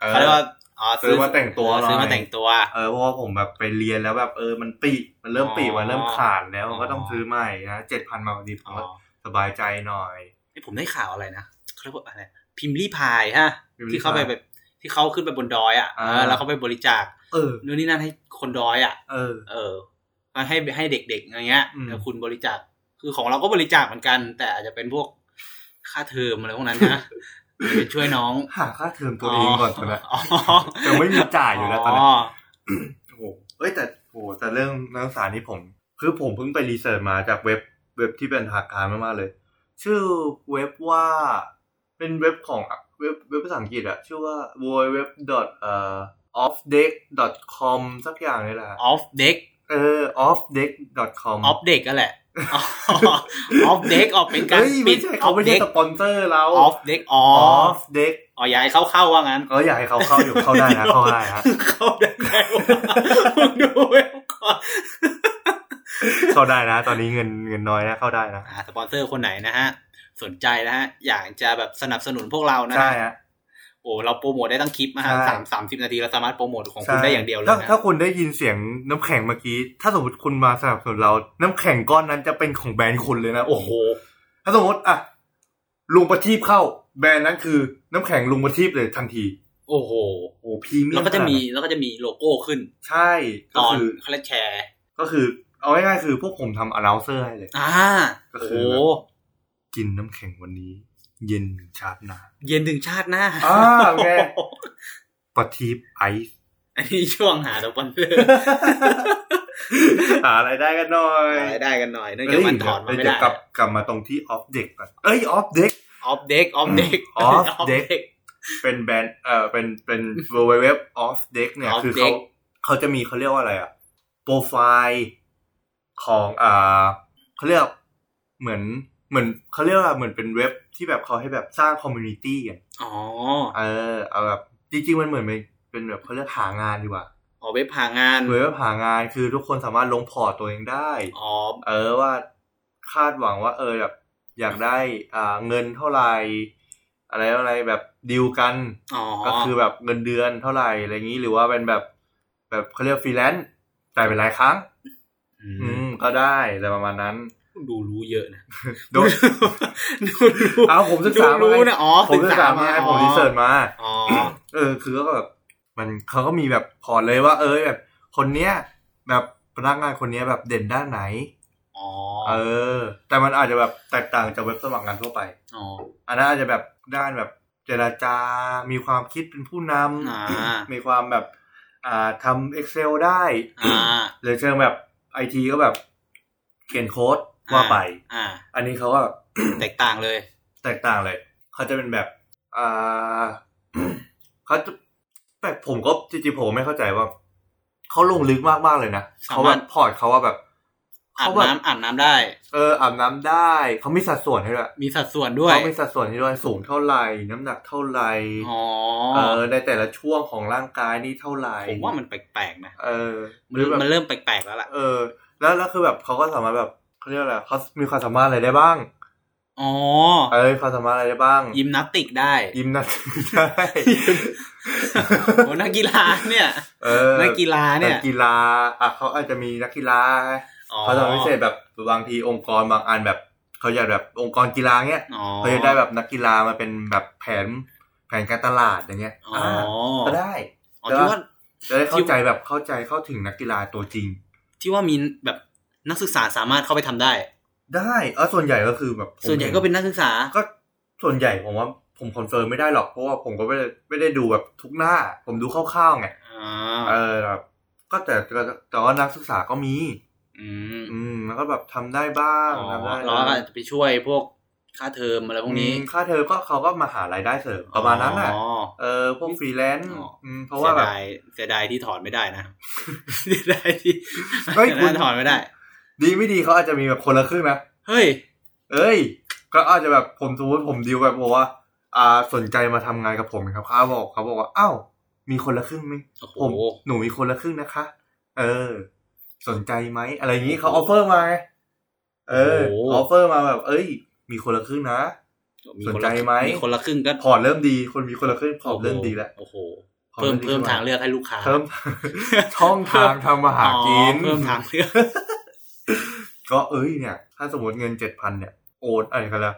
C: เออ
B: เขาเรียกว่าอ๋อ
C: ซื้อมาแต่งตัวหน่อย
B: ซื้อมาแต่งตัว
C: เออเพราะว่าผมแบบไปเรียนแล้วแบบเออมันปีมันเริ่มปี
B: อ๋อ
C: มันเริ่มขาดแล้ว
B: อ๋อ
C: มันก็ต้องซื้อใหม่นะเจ็ดพันมาพอดีผ
B: อ๋
C: ม
B: อ
C: ก็สบายใจหน่อย
B: นี่ผมได้ข่าวอะไรนะเขาเรียกว่าอะไร พิมพ์รีพายฮะ
C: พิมพ์ลี้
B: ที่เขาไป
C: พาย
B: แบบที่เขาขึ้นไปบนดอยอ่ะ
C: อ่า
B: เออแล้วเขาไปบริจาค
C: เออ
B: นู่นนี่นั่นให้คนดอยอ่ะ
C: เออ
B: เออมาให้ให้เด็กๆอะไรเงี้ย
C: อืม
B: แล้วคุณบริจาคคือของเราก็บริจาคเหมือนกัน แต่อาจจะเป็นพวกค่าเทอมอะไรพวกนั้น
C: <laughs>
B: นะ ไปช่วยน้อง
C: หาค่าเทอมตัวเองก่อนตอนนั้น
B: อ๋อ
C: แต่ไม่มีจ่ายอยู่แล้วตอนนั้น
B: อ๋อ
C: โอ้โหเอ้ยแต่โอ้โหแต่เรื่องนักศึกษานี่ผม คือผมเพิ่งไปรีเสิร์ชมาจากเว็บเว็บที่เป็นทางการมากๆเลย ชื่อเว็บว่าเป็นเว็บของเว็บเว็บภาษาอังกฤษอะชื่อว่า w w w off deck com สักอย่างนี่แหละ
B: ออฟเด็ก
C: เออ off deck com
B: ออฟเด็กก็แหละ <laughs> ออฟเด็กออกเป็นการ
C: เฮ้ย
B: ปิ
C: ไม่
B: ด
C: ใช่
B: อ
C: เขา
B: อฟ
C: ไม่ใช่
B: เด็ก
C: สปอนเซอร์เรา
B: ออฟเด็กออ
C: off deck
B: อ๋อย้ายเข้าเข้าๆว่างั้น
C: เอออยากให้เขาเข้าอยู่เข้าได้นะเข้าได้นะ
B: เข้าได้ไงวะมึงดูเว็บก่อน
C: เข้าได้นะ ตอนนี้เงินเงินน้อยนะเข้าได้นะ
B: อ่าสปอนเซอร์คนไหนนะฮะ สนใจนะฮะ อยากจะแบบสนับสนุนพวกเรานะ
C: ใช่
B: ฮะ
C: ฮะ
B: โอ้เราโปรโมทได้ตั้งคลิปนะฮะ
C: ใช่
B: สามสามสิบนาทีเราสามารถโปรโมทของคุณได้อย่างเดียวเลย
C: ถ้า
B: นะ
C: ถ้าคุณได้ยินเสียงน้ำแข็งเมื่อกี้ ถ้าสมมติคุณมาสนับสนุนเรา น้ำแข็งก้อนนั้นจะเป็นของแบรนด์คุณเลยนะ
B: โอ้โห
C: ถ้าสมมติอ่ะลุงประทีปเข้า แบรนด์นั้นคือน้ำแข็งลุงประทีปเลยทันที
B: โอ้โห
C: โอ้พรีเมียม
B: แล้วก็จะมี
C: ขนาดนั้น
B: แล้วก็จะมีโลโก้ขึ้น
C: ใช่
B: ต
C: ก็
B: อน
C: คือ
B: เขาเรียกแชร์
C: ก็คือ เอาง่ายๆคือพวกผมทำ announcer ให้เลย
B: อ่า
C: ก็
B: โอ้
C: คื
B: โห
C: อ กินน้ำแข็งวันนี้ เย็นชาร์จหนา
B: เย็นถึงชาติหน้า
C: อ่าโอเค
B: โอ้โห
C: ประทีปไอซ์
B: <laughs> อันนี้ช่วงหาสปอนเซอร์
C: <laughs> หาอะไรายได้กันหน่อย
B: หารายได้กันหน่อยเนื่องจากมันถอนมาไม่
C: เดี๋ย
B: ได้
C: วกลับกลับมาตรงที่ออฟเด็กก่อนเอ้ยออฟเด็ก
B: ออฟเด็กออฟเด็ก
C: Off
B: <laughs>
C: Deck เป็นแบรนด์เอ่อเป็นเป็น www off deck เนี่ย
B: Off
C: คือเขา
B: Deck
C: เขาจะมีเขาเรียกว่าอะไรอะโปรไฟล์ของอ่าเขาเรียกเหมือนเหมือนเขาเรียกว่าเหมือนเป็นเว็บที่แบบเขาให้แบบสร้างคอมมูนิตี้อ่ะ
B: อ๋อ
C: เออเอาแบบจริงๆมันเหมือนเป็นเป็นแบบเขาเรียกหางานดีกว่า
B: อ๋อเว็บหางาน
C: เว็บหางานคือทุกคนสามารถลงพอร์ตตัวเองได้
B: อ๋อ
C: เออว่าคาดหวังว่า เออแบบ อยากได้อ่าเงินเท่าไหร่อะไรอะไรแบบดีลกัน
B: อ๋อ
C: ก็คือแบบเงินเดือนเท่าไหร่อะไรอย่างนี้หรือว่าเป็นแบบแบบเขาเรียกฟรีแลนซ์จ่ายเป็นรายครั้ง อืมก็ได้อะไรประมาณนั้น
B: ดูรู้เยอะนะ
C: โดย
B: ดูรู้
C: เอาผมศึกษา
B: ดู
C: มา
B: รู้
C: ไง
B: นะอ๋อ
C: ผมศึกษามาไงผมรีเสิร์ชมา
B: อ๋อ
C: เออ คือก็แบบมันเขาก็มีแบบพอร์ตเลยว่า เออแบบ คนเนี้ย แบบพนักงานคนเนี้ยแบบเด่นด้านไหน
B: อ๋อ
C: เออ แต่มันอาจจะแบบแตกต่างจากเว็บสมัครงานทั่วไป
B: อ๋อ
C: อันนั้นอาจจะแบบด้านแบบเจราจา มีความคิดเป็นผู้น
B: อ่า
C: ำมีความแบบ อ่าทำ Excel ได้
B: อ่า
C: หรือเชิงแบบไอทีก็แบบเขียนโค้ดว่าไป
B: อ่า
C: อันนี้เขาก็
B: แตกต่างเลย
C: แตกต่างเลยเขาจะเป็นแบบอ่ <coughs> า เขาจะแต่ผมก็จริงๆผมไม่เข้าใจว่า เขาลงลึกมากมากๆเลยนะ
B: สา
C: เขาแบ
B: มารถ
C: บพอร์ตเขาว่าแบบ
B: อา
C: เขา
B: บ
C: แบบ
B: น้ำอาบน้ำได้
C: เอออาบน้ำได้เขามีสัดส่วนให้ด้วย
B: มีสัดส่วนด้วย
C: เขามีสัดส่วนให้ด้วยสูงเท่าไหร่น้ำหนักเท่าไหร่
B: อ๋อ
C: เออในแต่ละช่วงของร่างกายนี่เท่าไหร่
B: ผมว่ามันแปลกๆนะ
C: เออห
B: มัน
C: รือแบบ
B: มันเริ่มแปลกๆแล้วล่ะ
C: เออ แล้วแล้วคือแบบเขาก็สามารถแบบเขาเรียกอะไรเขามีความสามารถอะไรได้บ้าง
B: อ๋อ
C: เออความสามารถอะไรได้บ้าง
B: ยิมนาสติกได้
C: ยิมนาสติกได้
B: โอ้นักกีฬาเนี่ย
C: เออ
B: นักกีฬาเนี่ย
C: นักกีฬาอ่ะเขาอาจจะมีนักกีฬา
B: อ๋อ
C: เขาจะพิเศษแบบบางทีองค์กรบางอันแบบเขาอยากแบบองค์กรกีฬาเงี้ย
B: อ๋อ
C: เขาจะได้แบบนักกีฬามาเป็นแบบแผนแผนการตลาดอย่างเงี้ย
B: อ๋อ
C: ก็ได้
B: อ๋อที่ว่า
C: จะได้เข้าใจแบบเข้าใจเข้าถึงนักกีฬาตัวจริง
B: ที่ว่ามีแบบนักศึกษาสามารถเข้าไปทำได้
C: ได้เออส่วนใหญ่ก็คือแบบผม
B: ส่วนใหญ่ก็เป็นนักศึกษา
C: ก็ส่วนใหญ่ผมว่าผมคอนเฟิร์มไม่ได้หรอกเพราะว่าผมก็ไม่ได้ไม่ได้ดูแบบทุกหน้า ผมดูคร่าวๆไง
B: อ๋อ
C: เออแบบก็แต่แต่แต่ว่านักศึกษาก็มี
B: อืม
C: อืมแล้วก็แบบทำได้บ้าง
B: อ๋อ
C: ทำได้
B: แล้วก็อาจจะไปช่วยพวกค่าเทอมอะไรพวกนี้
C: อืมค่าเธอมก็เขาก็มาหารายได้เสริมประมาณนั้นแหละ
B: อ๋อ
C: เออพวกฟรีแลนซ์
B: อ๋ออื
C: มเพราะว่าแบบ
B: เสียดยเสียดายที่ถอนไม่ได้นะ เสียดายที่
C: เฮ้ย
B: เสีย
C: คุ
B: ดา
C: ณ
B: ยถอนไม่ได้
C: ดีไม่ดีเขาอาจจะมีแบบคนละครึ่งนะ
B: เฮ้ย
C: เอ้ย ก็อาจจะแบบผมสมมติผมดีลแบบบอกว่าอ่าสนใจมาทำงานกับผมไหมครับเขาบอกเขาบอกว่าอ้าวมีคนละครึ่งไหม
B: โอ้โห
C: ผมหนูมีคนละครึ่งนะคะ เออ สนใจไหมอะไรอย่างนี้เขาออฟเฟอร์มาไงเออ
B: โอ้
C: อ
B: โห
C: อฟเฟอร์มาแบบ เอ้ย มีคนละครึ่งนะ
B: มี
C: สน
B: คน
C: ใจ
B: ละ
C: ไหม
B: มีคนละครึ่งก็
C: พอร์ตเริ่มดี คนมีคนละครึ่งพอร์ตเริ่มดีแล้ว
B: โอ้โห
C: พอร์ต
B: เพิ่ม
C: ดี
B: เพิ่ม
C: ขึ้น
B: ทางเลือกให้ลูกค้า
C: เพิ่ม ช่องทางทำมาหากิน
B: อ๋อเพิ่มทางเลือก <laughs>
C: ก็เอ้ยเนี่ย ถ้าสมมติเงินเจ็ดพันเนี่ยโอนอะไรกันแล้ว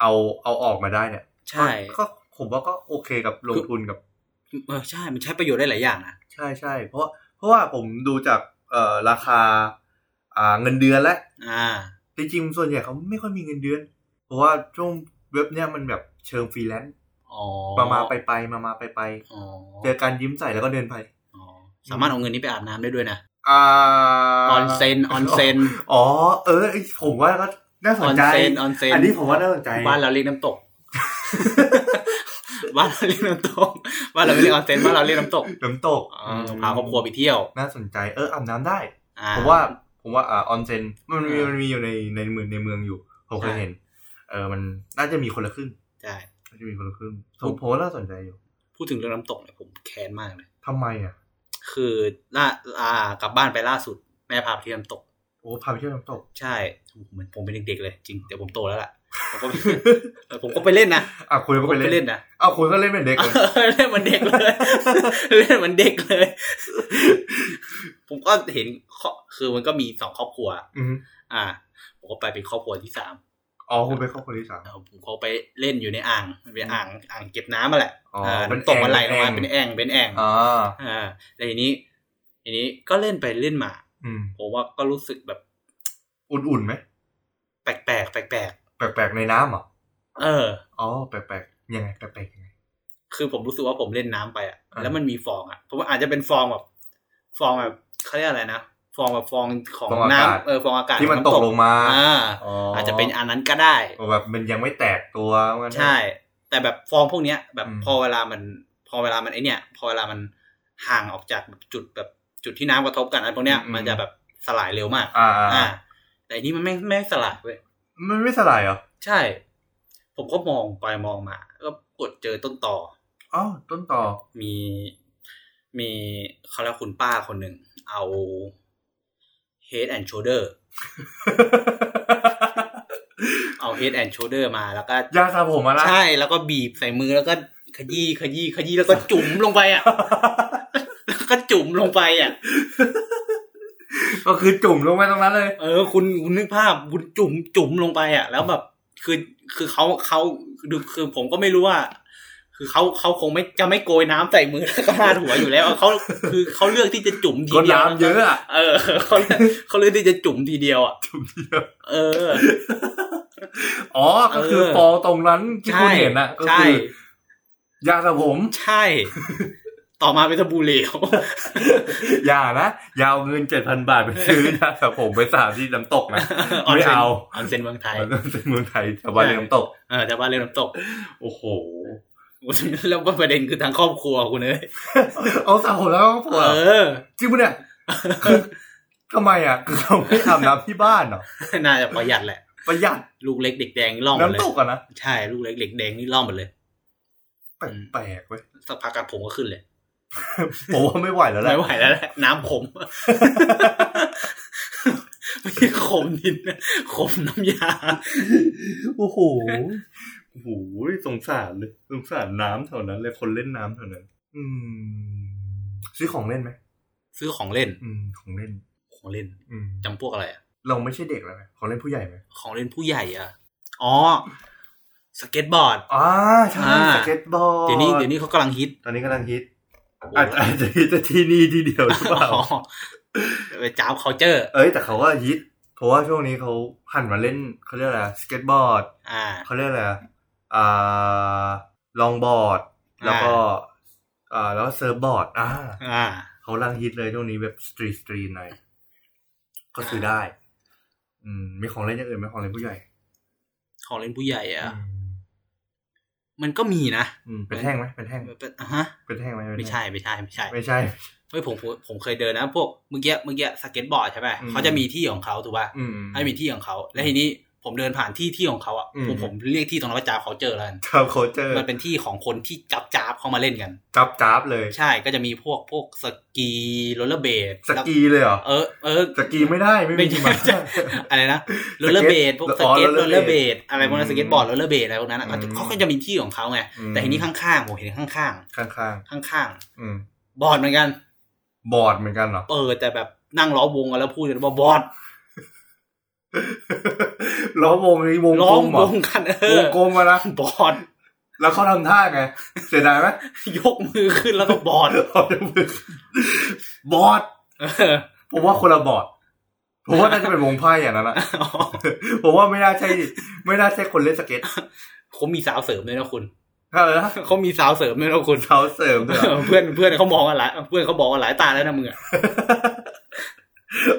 C: เอาเอาออกมาได้เนี่ย
B: ใช่
C: ก็ผมว่าก็โอเคกับลงทุนกับ
B: เออใช่ มันใช้ประโยชน์ได้หลายอย่างนะ
C: ใช่ใช่เพราะเพราะว่าผมดูจากเอ่อราคา อ่าเงินเดือนและ
B: อ่า
C: จริงๆส่วนใหญ่เขาไม่ค่อยมีเงินเดือน เพราะว่าช่วงเว็บเนี่ยมันแบบเชิงฟรีแลนซ์
B: อ๋อ
C: มามาไปไปมามาไปไป
B: อ๋อ
C: เจอการยิ้มใส่แล้วก็เดินไป
B: อ๋อสามารถเอาเงินนี้ไปอาบน้ำได้ด้วยนะ
C: อ่า
B: ออนเซน
C: <laughs>
B: ออนเซน
C: อ๋อ เออไอ้ผมว่าก็น่าส
B: อนอน
C: ใจ
B: เซน ออนเซน
C: อันนี้ผมว่าน่าสนใจ
B: บ้านเราเรียกน้ำตก <laughs> บ้านเราเรียกน้ำตก บ้านเราไม่เรียกออนเซน บ้านเราเรียกน้ำตก
C: น้ำตก
B: เออพาครอบครัวไปเที่ยว
C: น่าสนใจเอออาบน้ำได้
B: อ่
C: ผมว่าผมว่าอ่าออนเซนมันมี
B: อ่ามั
C: มันมีอยู่ในในเมืองในเมืองอยู่ผมเคย
B: ใช่
C: เห็น เออมันน่าจะมีคนละครึ่ง
B: ใช่
C: น่าจะมีคนละครึ่งผมผมว่าน่าสนใจอยู่
B: พูดถึงเรื่องน้ำตกเนี่ยผมแค้นมากเลย
C: ทำไมอ่ะ
B: คือล่าอ่ากลับบ้านไปล่าสุด แม่พาไปเที่ยวน้ำตก
C: โอ้พาไปเที่ยวน้ำตก
B: ใช่ผมเหมือนผมเป็นเด็กๆเลย จริง เดี๋ยวผมโตแล้วล่ะผมก็
C: <laughs>
B: เออผมก็ไปเล่นนะ
C: อ่ะคุณ
B: ผม
C: ก็
B: ไป
C: ไปเล่น
B: เล่นนะ
C: เอาคุณก็เล่นเป็นเด็กเหรอ
B: เล่นเหมือนเด็กเลย เล่นเหมือนเด็กเลย ผมก็เห็นครอบคือมันก็มีสองครอบครัว
C: อืม
B: อ่า ผมก็ไปเป็นครอบครัวที่สาม
C: อ๋อคุณเป็นครอบครัวที่สาม
B: เอ่อผมก็ไปเล่นอยู่ในอ่างมันเป็นอ่างอ่างเก็บน้ำมาแหละ
C: อ๋อ
B: เ
C: เป็น
B: ำตกมันไหลลงมา
C: เป็
B: เป็น น
C: แอ่
B: แอ่
C: ง
B: งเป็นแอ่ง
C: อ่า
B: อ่าแต่ทีนี้ ทีนี้ก็เล่นไปเล่นมา
C: อืม
B: ผมว่าก็รู้สึกแบบ
C: อุ่นๆไหม
B: แปลกแปลกแปลกแปลก
C: แปลกๆในน้ำเหรอ
B: ๆเออ
C: อ๋อแปลกๆยังไงแปลกๆยังไง
B: คือผมรู้สึกว่าผมเล่นน้ำไปอ่ะ
C: อ่า
B: แล้วมันมีฟองอ่ะผมว่าอาจจะเป็นฟองแบบ ฟองแบบเขาเรียกอะไรนะฟองแบบฟองของ
C: ฟองอา
B: น้ำ
C: กาศ
B: เออฟองอากาศ
C: ที่มัน
B: ขอ
C: ตกลงมา
B: อ่า
C: อ๋อ
B: อา
C: อา
B: จจะเป็นอันนั้นก็ได้
C: แบบมันยังไม่แตกตัวว่างั้น
B: ใช่ แต่แบบฟองพวกเนี้ย แบบ
C: อืม
B: พอเวลามัน พอเวลามันไอเนี้ยพอเวลามันห่างออกจากแบบจุดแบบจุดที่น้ำกระทบกันอันพวกเนี้ยมันจะแบบสลายเร็วมาก
C: อ่าอ่าอ่า
B: แต่อันนี้มันไม่ไม่สลายเว้ย
C: มันไม่สลายเหรอ
B: ใช่ ผมก็มองไปมองมา ก็กดเจอต้นต่อ
C: อ๋อต้นต่อ
B: มีมีเขาเรียกคุณป้าคนหนึ่ง เอา head and shoulder เอา head and shoulder มาแล้วก็
C: ยาสระผมมาละ
B: ใช่แล้วก็บีบใส่มือแล้วก็ขยี้ขยี้ขยี้แล้วก็จุ่มลงไปอ่ะ แล้วก็จุ่มลงไปอ่ะ
C: ก็คือจุ่มลงไปตรงนั้นเลย
B: เออ คุณคุณนึกภาพคุณจุ่มจุ่มลงไปอ่ะ แล้วแบบคือคือเขาเขาคือคือผมก็ไม่รู้ว่า คือเขาเขาคงไม่จะไม่โกยน้ำใส่มือแล้วก็ลาดหัวอยู่แล้วเขาคือเขาเลือกที่จะจุ่มที
C: ก็
B: เดียว
C: น้ำเยอะอะ
B: เออเขา
C: <laughs>
B: เขาเลือกที่จะจุ่มทีเดียวอ่ะ
C: จุ่มเยอะ
B: เออ
C: อ๋อก็คือ
B: เออ
C: ฟองตรงนั้นที่คุณเห็นนะก็
B: ใช่
C: คือยาสระผม
B: ใช่
C: <laughs>
B: ต่อมาเป็นสบู่เหลว
C: อย่านะอยาวเงินเจ็ดพันบาทไปซื้อยาสระผมไปสามที่น้ำตกนะ
B: น
C: ไม่
B: ซ็น
C: เอา <laughs>
B: ออนเซ็นเมืองไทย
C: มันต้องเป็นเมืองไทยชาวบ้านเรียกน้ำตก
B: เออแต่ว่าเรื่องน้ำตก
C: โอ้โห
B: แล้วก็ประเด็นคือทางครอบครัวคุณเลย
C: เอาสาวผมแล้วก็ปวด
B: เออ
C: จริงปะเนี่ยคือทำไมอ่ะคือเราไม่อาบน้ำที่บ้านเหรอ
B: น่าจะประหยัดแหละ
C: ประหยัด
B: ลูกเล็กเด็กแดงนี่ล่องหมดเลย
C: น้ำตกอ่ะนะ
B: ใช่ลูกเล็กเด็กแดงนี่ล่องหมดเลย
C: แปลกๆเว้ย
B: สักพักกระผมก็ขึ้นเลย
C: ผมว่าไม่ไหวแล้วแหละ
B: ไม่ไหวแล้วแหละน้ำข
C: <laughs>
B: ม ไม่ใช่ขมดิน <laughs> นะขมน้ำยา
C: โอ้โหโอ้โหสงสารเลยสงสารน้ำแถวนั้นเลยคนเล่นน้ำแถวนั้น อืม ซื้อของเล่นไหม
B: ซื้อของเล่น
C: อืม ของเล่น
B: ของเล่น
C: อืม
B: จำพวกอะไรอะ
C: เราไม่ใช่เด็กแล้วไหมของเล่นผู้ใหญ่ไหม
B: ของเล่นผู้ใหญ่อ่ะอ๋อสเก็ตบอร์ด
C: อ่าใช่
B: อ่า
C: สเก็ตบอร์ด
B: เดี๋ยวนี้เดี๋ยวนี้เขากำลังฮิต
C: ตอนนี้กำลังฮิตอาจอาจจะฮิตแต่ที่นี่ที่เดียวหรือเปล่า
B: อ๋อไปจ้าวเคาเจอร์
C: <laughs> เอ้ยแต่เขาก็ฮิตเพราะว่าช่วงนี้เขาหันมาเล่นเขาเรียกอะไรสเก็ตบอร์ด
B: อ่า
C: เขาเรียกอะไรอ่าลองบอร์ด แล้วก็อ่าแล้วก็เซิร์ฟบอร์ดอ่า
B: อ่า
C: เขาลังฮิตเลยช่วงนี้แบบสตรีทสตรีทหน่อยก็ซื้อได้ อืมมีของเล่นอย่างอื่นไหมของเล่นผู้ใหญ่
B: ของเล่นผู้ใหญ่อ่ะ
C: อืม
B: มันก็มีนะ
C: อืมเป็นแท่งไหมเป็นแท่ง
B: แบบอ่ะฮะ
C: เป็นแท่งไหมเป็น
B: ไม่
C: แท่ง
B: ใช่ไม่ใช่ไม่ใช่
C: ไม่ใช่
B: เฮ้ยผมผมผมเคยเดินนะ พวกเมื่อกี้เมื่อกี้สเก็ตบอร์ดใช่ไหม
C: อืม
B: เขาจะมีที่ของเขาถูกป่ะ
C: อืม
B: ให้มีที่ของเขา และทีนี้ผมเดินผ่านที่ที่ของเขาอ่ะ
C: อืม
B: ผมผมเรียกที่ตรงนั้นว่าจาบเขาเจอแล้วกัน
C: ชาวโคเจอร์
B: มันเป็นที่ของคนที่จับจาบเข้ามาเล่นกัน
C: จับจับเลย
B: ใช่ก็จะมีพวกพวกสกีโรลเลอร์เบด
C: สกีเลยเหรอ
B: เออเออ
C: สกีไม่ได้ไม่มี
B: ใช่
C: หิมา
B: อะไรนะโรลเลอร์เบดพวกสเก็ต
C: <laughs> อ๋อ
B: โรลเลอ
C: roller
B: ร์เบด
C: blade
B: อะไรพวกนั้นสเก็ตบอร์ดโรลเลอร์เบดอะไรพวกนั้นอะ
C: อืม
B: เขาก็จะมีที่ของเขาไง
C: อืม
B: แต่ทีนี้ข้างๆผมเห็นข้าง
C: ข้าง
B: ๆข้าง
C: ๆอืม
B: ๆบอร์ดเหมือนกัน
C: บอร์ดเหมือนกัน
B: <laughs>
C: เหรอ
B: เปิดแต่แบบนั่งล้อมวงกันแล้วพูดกันว่าบอด
C: ล้อวงนี้วง
B: ล้
C: ก
B: อ
C: ล
B: ม
C: มเหร
B: ว
C: อง
B: กันเอ
C: ว
B: อง
C: กลมมานะ
B: บอด
C: แล้วเขาทำท่าไง เสียดายไหม
B: ยกมือขึ้นแล้วก็บอด <laughs>
C: เอาเดี๋ยวมึงบอร์ด
B: เออ
C: ผมว่าคนละบอร์ดผมว่าน่าจะเป็นวงไพ่อย่างนั้นนะ <laughs> ผมว่าไม่น่าใช่ ไม่น่าใช่คนเล่นสเก็ต
B: เขามีสาวเสริมด้วยนะคุณ
C: ถ้าเลยนะ
B: เขามีสาวเสริมด้วยนะคุณ
C: เขาเสริมด้วยเหรอ <laughs>
B: เพื่อนเพื่อนเขามองกันหลายเพื่อนเขาบอกกันหลายตาแล้วนะมึงอะ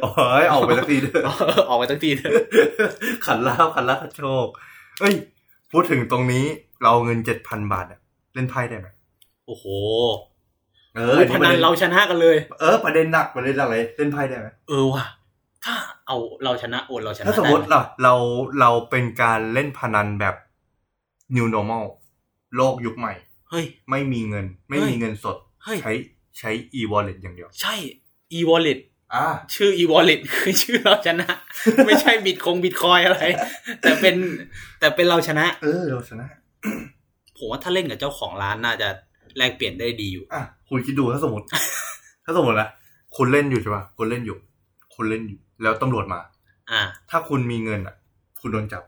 C: โอ้ยออกไปสักทีเถอะ
B: <laughs>
C: <laughs>
B: ออกไปตั้งทีเถอะ
C: ขันลาบขันลาบโชค เอ้ย พูดถึงตรงนี้เราเอาเงินเจ็ดพันบาทอะเล่นไพ่ได้ไหม
B: โอ้โห
C: เออ
B: เฮ้ยพนันเราชนะกันเลย
C: เออประเด็นหนักประเด็นหนักเลยเล่นไพ่ได้ไหม
B: เออว่ะถ้าเอาเราชนะโอนเราชนะ
C: ถ้าสมมติ
B: ได้ไห
C: เราเราเราเป็นการเล่นพนันแบบ new normal โลกยุคใหม่
B: เฮ้ย
C: ไม่มีเงิน ไม่
B: เฮ้ย
C: มีเงินสด
B: เฮ้ย
C: ใช้ใช้ e wallet อย่างเดียว
B: ใช่ e wallet
C: อ่า
B: ชื่อ e wallet <laughs> คือชื่อเราชนะ ไม่ใช่บิตคงบิตคอยอะไร แต่เป็นแต่เป็นเราชนะ
C: เออเราชนะ
B: ผมว่าถ้าเล่นกับเจ้าของร้านน่าจะแลกเปลี่ยนได้ดีอยู่
C: อ่ะคุณคิดดูถ้าสมมติ <laughs> ถ้าสมมตินะคุณเล่นอยู่ใช่ป่ะคุณเล่นอยู่ คุณเล่นอยู่ แล้วตำรวจมา
B: อ่า
C: ถ้าคุณมีเงินอ่ะ คุณโดนจับ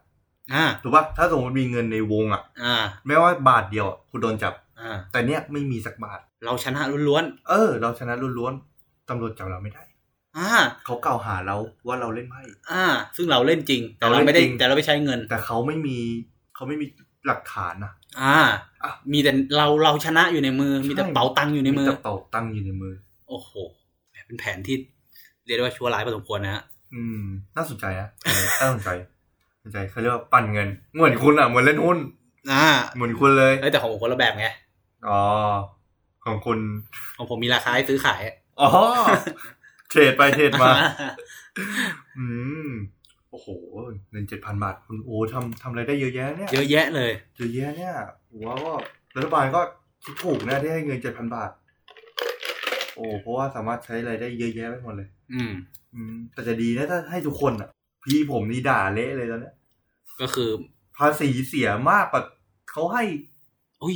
B: อ่า
C: ถูกป่ะถ้าสมมติมีเงินในวงอ่ะ
B: อ่า
C: ไม่ว่าบาทเดียวอะคุณโดนจับ
B: อ่า
C: แต่เนี้ยไม่มีสักบาท
B: เราชนะล้วน
C: เออ เราชนะล้วนๆตำรวจจับเราไม่ได้
B: ๆ อ่า
C: เขากล่าวหาเราว่าเราเล่นไพ่
B: อ่า ซึ่งเราเล่นจริง แต่
C: เรา
B: เรา
C: เล่น
B: ไม่ได้
C: จริง
B: แต่เราไม่ใช้เงิน
C: แต่เขาไม่มีเขาไม่มีหลักฐานนะ
B: อ่า
C: อ่ะ
B: มีแต่เราเราชนะอยู่ในมือ มีแต่
C: ใช่
B: เป๋าตังค์อยู่ในมือ
C: กระเป๋าตั้งค์อยู่ในมือ
B: โอ้โห เป็นแผนที่เรียกได้ว่าชั่วร้ายพอสมควรนะฮะ
C: อืม น่าสนใจนะ น่าสนใจน่าสนใจเขาเรียกว่าปั่นเงิน เหมือนคุณอ่ะเหมือนเล่นหุ้น
B: อ่า
C: เหมือนคุณเลย
B: เอ้ยแต่ของผมคนละแบบไง
C: อ๋อของคุณ
B: ของผมมีราคาให้ซื้อขาย
C: อ๋อเทรดไปเทรดมา
B: อ่
C: อืมโอ้โหเงินเจ็ดพันบาทคุณโอ้ทำทำอะไรได้เยอะแยะเนี่ย
B: <laughs> เยอะแยะเลย
C: เยอะแยะเนี่ยผมว่าก็รัฐบาลก็คิดถูกนะที่ให้เงินเจ็ดพันบาท โอ้เพราะว่าสามารถใช้อะไรได้เยอะแยะไปหมดเลย
B: อืม
C: อืมแต่จะดีนะถ้าให้ทุกคนอ่ะ พี่ผมนี่ด่าเละเลยตอนเนี้ย
B: ก็คือ
C: ภาษีเสียมากกว่าเขาให้
B: อุ้ย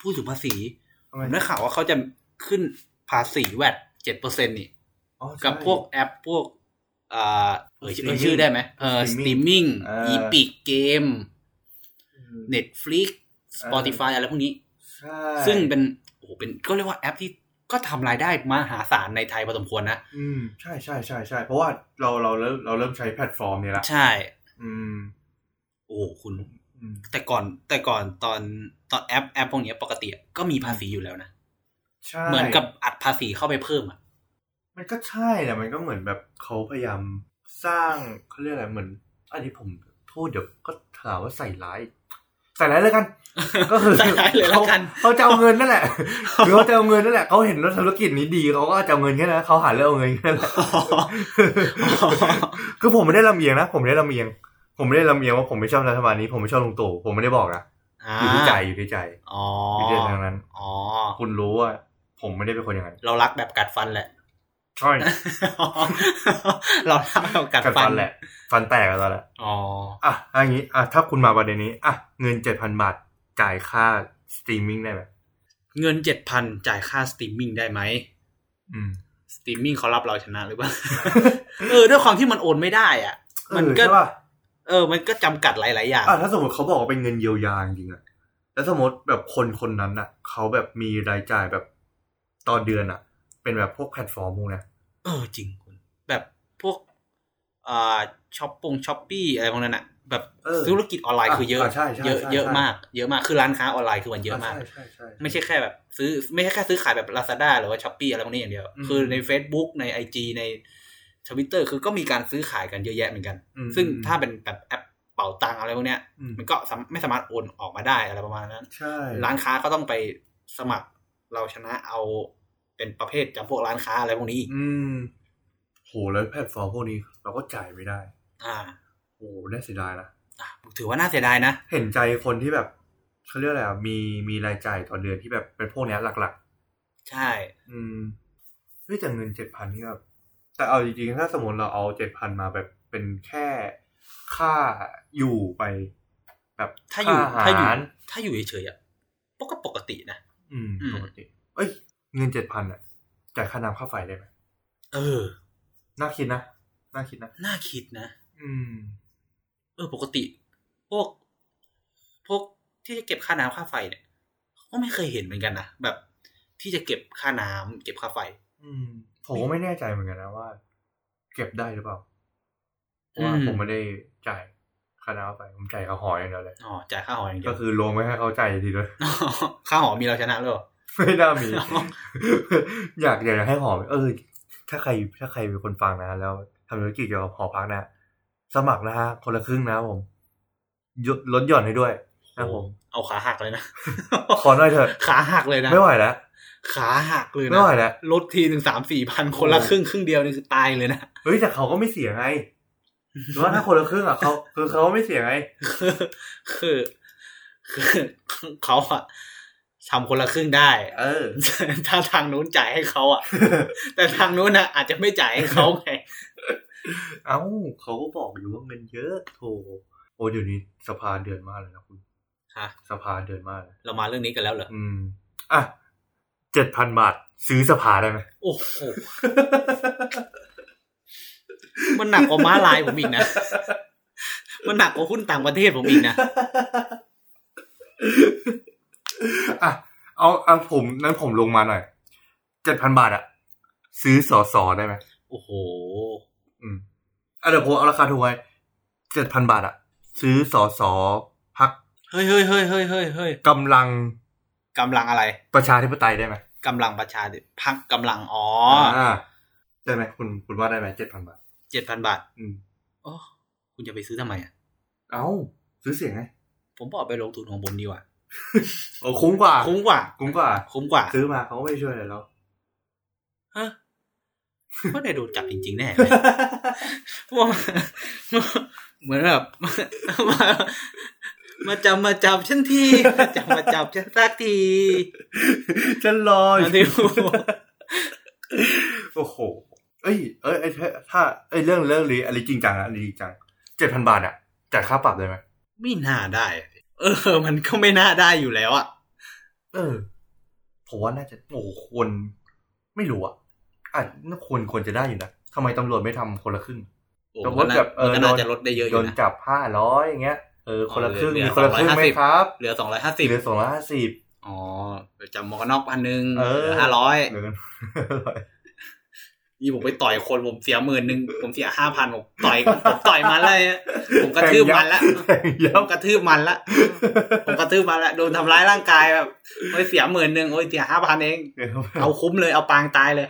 B: พูดถึงภาษี
C: ทำไม
B: ผมได้ข่าวว่าเขาจะขึ้นภาษีแวดเจ็ดเปอร์เซ็นนี่
C: อ๋อใช่
B: กับพวกแอปพวกอ่าเอ่ยชื่อเอ่ย
C: Streaming
B: ชื่อได้ไหมเออสตรีม
C: Streaming
B: มิ่ง
C: เอออี
B: อีพิกเกม
C: อืม
B: Netflix
C: ออ
B: Spotify อะไรพวกนี้
C: ใช่
B: ซึ่งเป็นโอ้โหเป็นก็เรียกว่าแอปที่ก็ทำรายได้มหาศาลในไทยพอสมควรนะ
C: อืมใช่ใช่ใช่ใช่เพราะว่าเราเราเริ่มเราเริ่มใช้แพลตฟอร์มเนี่ยละ
B: ใช่
C: อืม
B: โอ้โหคุณ
C: อืม
B: แต่ก่อนแต่ก่อนตอนตอนแอปแอปพวกเนี้ยปกติอะก็มีภาษีอยู่แล้วนะ
C: ใช่
B: เหมือนกับอัดภาษีเข้าไปเพิ่ม
C: <laughs>
B: อ่ะ
C: มันก็ใช่นะมันก็เหมือนแบบเขาพยายามสร้างเขาเรียกอะไรเหมือน อันนี้ผมโทษเดี๋ยวก็ถามว่าใส่ร้าย ใส่ร้าย
B: <laughs>
C: เลยกัน ก็คือ
B: ใส่ร้ายเลยละกัน
C: เขาจะเอาเงินนั่นแหละ <laughs> คือเขาจะเอาเงินนั่นแหละเขาเห็นว่าธุรกิจนี้ดีเขาก็จะเอาเงินแค่นั้นเขาหาเรื่องเอาเงินแค่นั้นแหละ <laughs> คือผมไม่ได้ลำเอียงนะ ผมไม่ได้ลำเอียง ผมไม่ได้ลำเอียงว่าผมไม่ชอบรัฐบาลนี้ ผมไม่ชอบลุงตู่ผมไม่ได้บอกนะ
B: อ่า
C: อยู่ที่ใจอยู่ที่ใจ
B: อ๋อ
C: อยู่ที่ใจทางนั้น
B: อ๋อ
C: คุณรู้ว่า ผมไม่ได้เป็นค
B: <laughs>
C: นอย่างนั้น
B: เรารักแบบกัดฟัน
C: <laughs>
B: แหละ
C: ใช่
B: เรารักแบบกัด
C: กัด
B: ฟั
C: ฟั
B: น
C: นแหละ ฟันแตกกันแล้วแหละ
B: อ๋อ
C: อ่ะอันนี้อ่ะถ้าคุณมาประเด็นนี้อ่ะเงินเจ็ดพันบาทจ่ายค่าสตรีมมิ่งได้ไหม
B: เงินเจ็ดพันจ่ายค่าสตรีมมิ่งได้ไหม
C: อืม
B: สตรีมมิ่งเขารับเราชนะหรือเปล่า <laughs> เออด้วยความที่มันโอนไม่ได้อ่ะ มันก็
C: เออใช่ป่ะ
B: เออ มันก็จำกัดหลาย ๆ อย่าง
C: อ่ะถ้าสมมติเขาบอกว่าเป็นเงินเยียวยาจริงๆอะแล้วสมมติแบบคนคนนั้นอะเขาแบบมีรายจ่ายแบบต่อเดือนอะเป็นแบบพวกแพลตฟอร์มพวกเนี้ย
B: เออจริงคุณแบบพวกอ่าช้อปปงช้อปปี้อะไรพวกนั้นอ่ะ แบบธุรกิจออนไลน์คือเยอะ
C: ะใช่ใช่
B: เยอะ
C: ใช่
B: เยอะ
C: ใช่
B: มาก เยอะมากคือร้านค้าออนไลน์คือมันเยอะมาก
C: ใช่ใช่ใช่
B: ไม่ใช่แค่แบบซื้อไม่ใช่แค่ซื้อขายแบบ Lazada หรือว่า s h อ p e e อะไรพวกนี้อย่างเดียว
C: อืม
B: คือใน Facebook ใน IG ในทวิตเตอร์คือก็มีการซื้อขายกันเยอะแยะเหมือนกัน
C: อืม
B: ซึ่งถ้าเป็นแบบแอปเป่าตังอะไรพวกเนี้ย
C: อืม
B: มันก็สามไม่สามารถโอนออกมาได้อะไรประมาณนั้น
C: ใช่
B: ร้านค้าก็ต้องไปสมัครเราชนะเอาเป็นประเภทจำพวกร้านค้าอะไรพวกนี้อีก
C: อืมโหแล้วแพลตฟอร์มพวกนี้ เราก็จ่ายไม่ได้
B: อ่า
C: โหน่าเสียดายนะ
B: อ่ะถือว่าน่าเสียดายนะ
C: เห็นใจคนที่แบบเขาเรียกอะไรอะมีมีรายจ่ายต่อเดือนที่แบบเป็นพวกเนี้ยหลัก ๆ
B: ใช่
C: อืมเฮ้ยแต่เงินเจ็ดพันนี่แบบแต่เอาจริงๆ ถ้าสมมติเราเอาเจ็ดพันมาแบบเป็นแค่ค่าอยู่ไป แบบ
B: ถ้าอยู่
C: ค่
B: ถ้าอยู่
C: หร
B: ถ้าอยู่เฉยๆอ่ะปกปกตินะ
C: อืม
B: อืม
C: ปกติเอ้ย เงินเจ็ดพันอ่ะจ่ายค่าน้ำค่าไฟได้ไหม
B: เออ
C: น่าคิดนะน่าคิดนะ
B: น่าคิดนะ
C: อืม
B: เออปกติ พวก พวกที่จะเก็บค่าน้ำค่าไฟเนี่ยก็ไม่เคยเห็นเหมือนกันนะแบบ ที่จะเก็บค่าน้ำเก็บค่าไฟ
C: อืม ผมก็ไม่แน่ใจเหมือนกันนะว่า เก็บได้หรือเปล่าเพราะว่า
B: อืม
C: ผมไม่ได้จ่ายค่าน้ำค่าไฟผมจ่ายค่าหออย่างเดียวเลย
B: อ๋อจ่ายค่าหออย่างเดีย
C: ก็
B: ว
C: คือลงไม่ให้เข้าใจทีด้วย <laughs>
B: ค่าหอมีเราชนะเลยเหรอ
C: ไม่น่า
B: <laughs>
C: มี
B: หรอ
C: อยากอยากจะให้หอมเออ ถ้าใครถ้าใครเป็นคนฟังนะ แล้วทำธุรกิจเกี่ยวกับหอพักนะสมัครนะฮะคนละครึ่งนะผมยดลดหย่อนให้ด้วยนะผม
B: เอาขาหักเลยนะ
C: ขอหน่อยเถอะ
B: <laughs> ขาหักเลยนะ
C: ไม่ไหวแล้ว
B: ขาหักเลย
C: ไม่
B: นะ
C: ไหวแล้ว
B: ลดทีหนึ่งสามสี่พันคนละครึ่งครึ่งเดียวนี่คือตายเลยนะ
C: เฮ้ยแต่เขาก็ไม่เสียไง <laughs> หรือว่าถ้าคนละครึ่งอ่ะเขาคือเขาไม่เสียไง
B: คือคือ <laughs> คือเขาอะทำคนละครึ่งได้
C: เออ
B: <laughs> ถ้าทางนู้นจ่ายให้เขา
C: <laughs>
B: อะแต่ทางนู้นนะอาจจะไม่จ่ายให้เขาไง
C: เอ้าเขาก็บอกอยู่ว่าเงินเยอะโถโอ้เดี๋ยวนี้สภาเดือนมากเลยนะคุณ
B: ฮะ
C: สภาเดือนมากเลย
B: เรามาเรื่องนี้กันแล้วเหรอ
C: อืมอ่ะเจ็ดพันบาทซื้อสภาได้ไหม <laughs>
B: โอ้โห มันหนักกว่าม้าลายผมอีกนะ <laughs> มันหนักกว่าหุ้นต่างประเทศผมอีกนะ
C: อ่ะเอาเอาผมนั้นผมลงมาหน่อยเจ็ดพันบาทอะซื้อสอสอได้ไหม
B: โอ้โห
C: อืมอ่ะเดี๋ยวผมเอาราคาถูกไว้เจ็ดพันบาทอะซื้อสอสอพัก
B: เฮ้ยเฮ้ยเฮ้ยเฮ้ยเฮ้ยเฮ้ย
C: กำลัง
B: กำลังอะไร
C: ประชาธิปไตยได้ไหม
B: กำลังประชาธิพักกำลัง อ๋อ
C: อ่าได้ไหมคุณคุณว่าได้ไหมเจ็ดพันบาท
B: เจ็ดพันบาท
C: อืม
B: โอ้คุณจะไปซื้อทำไมอ่ะ
C: เอ้าซื้อเสียงไง
B: ผมบอกไปลงทุนของผมดีกว่า
C: โอ้คุ้มกว่า
B: คุ้มกว่า
C: คุ้มกว่า
B: คุ้มกว่า
C: ซื้อมาเขาก็ไม่ช่วย <laughs> เลยแล้ว
B: ฮะก็ได้โดนจับจริง ๆ แน่เลยว่า <laughs> เหมือนแบบ <laughs> มามาจับมาจับฉันทีมาจับมาจับฉันสักที <laughs>
C: ฉันรออ
B: มา
C: ยู่
B: ดิว
C: โอ้โห เอ้ย เอ้ยเอ้ยถ้าถ้าเอ้ยเรื่องเรื่องนี้อันนี้จริงจังนะอันนี้จริงจังเจ็ดพันบาทอะจ่ายค่าปรับได้ไหม
B: ไม่น่าได้ เออ มันก็ไม่น่าได้อยู่แล้วอ่ะ
C: เออ ผมว่าน่าจะ โอ้โหควรไม่รู้อะอาจน่าควรควรจะได้อยู่นะทำไมตำรวจไม่ทำคนละครึ่ง
B: โอ้
C: สมม
B: มัน
C: ติ
B: ก็
C: แบบเออ
B: น่า
C: โดน
B: จะลดได้เยอะอ
C: โด
B: ยู่
C: น
B: นะ
C: จับห้าร้อยอย่างเงี้ย เออ คนละครึ่ง
B: เหลือ
C: มีคนละครึ่งไหม
B: 250
C: ครับ
B: เหลือสองร้อยห้าสิบ
C: เหลือสองร้อยห้าสิบ
B: อ๋อจับหมวกกันน็อกพันหนึ่ง
C: เออ
B: เหลือห้าร้อย
C: เหลือกัน
B: นี่ผมไปต่อยคนผมเสียหมื่นหนึ่งผมเสียห้าพันผมต่อยผมต่อยมันแล้วเนี่ยผมกระทืบมันละ
C: แทงยับ
B: ผมกระทืบมันละผมกระทืบมันละโดนทำร้ายร่างกายแบบโอ้ยเสียหมื่นหนึ่งโอ้ยเสียห้าพันเอง เอาคุ้มเลยเอาปางตายเลย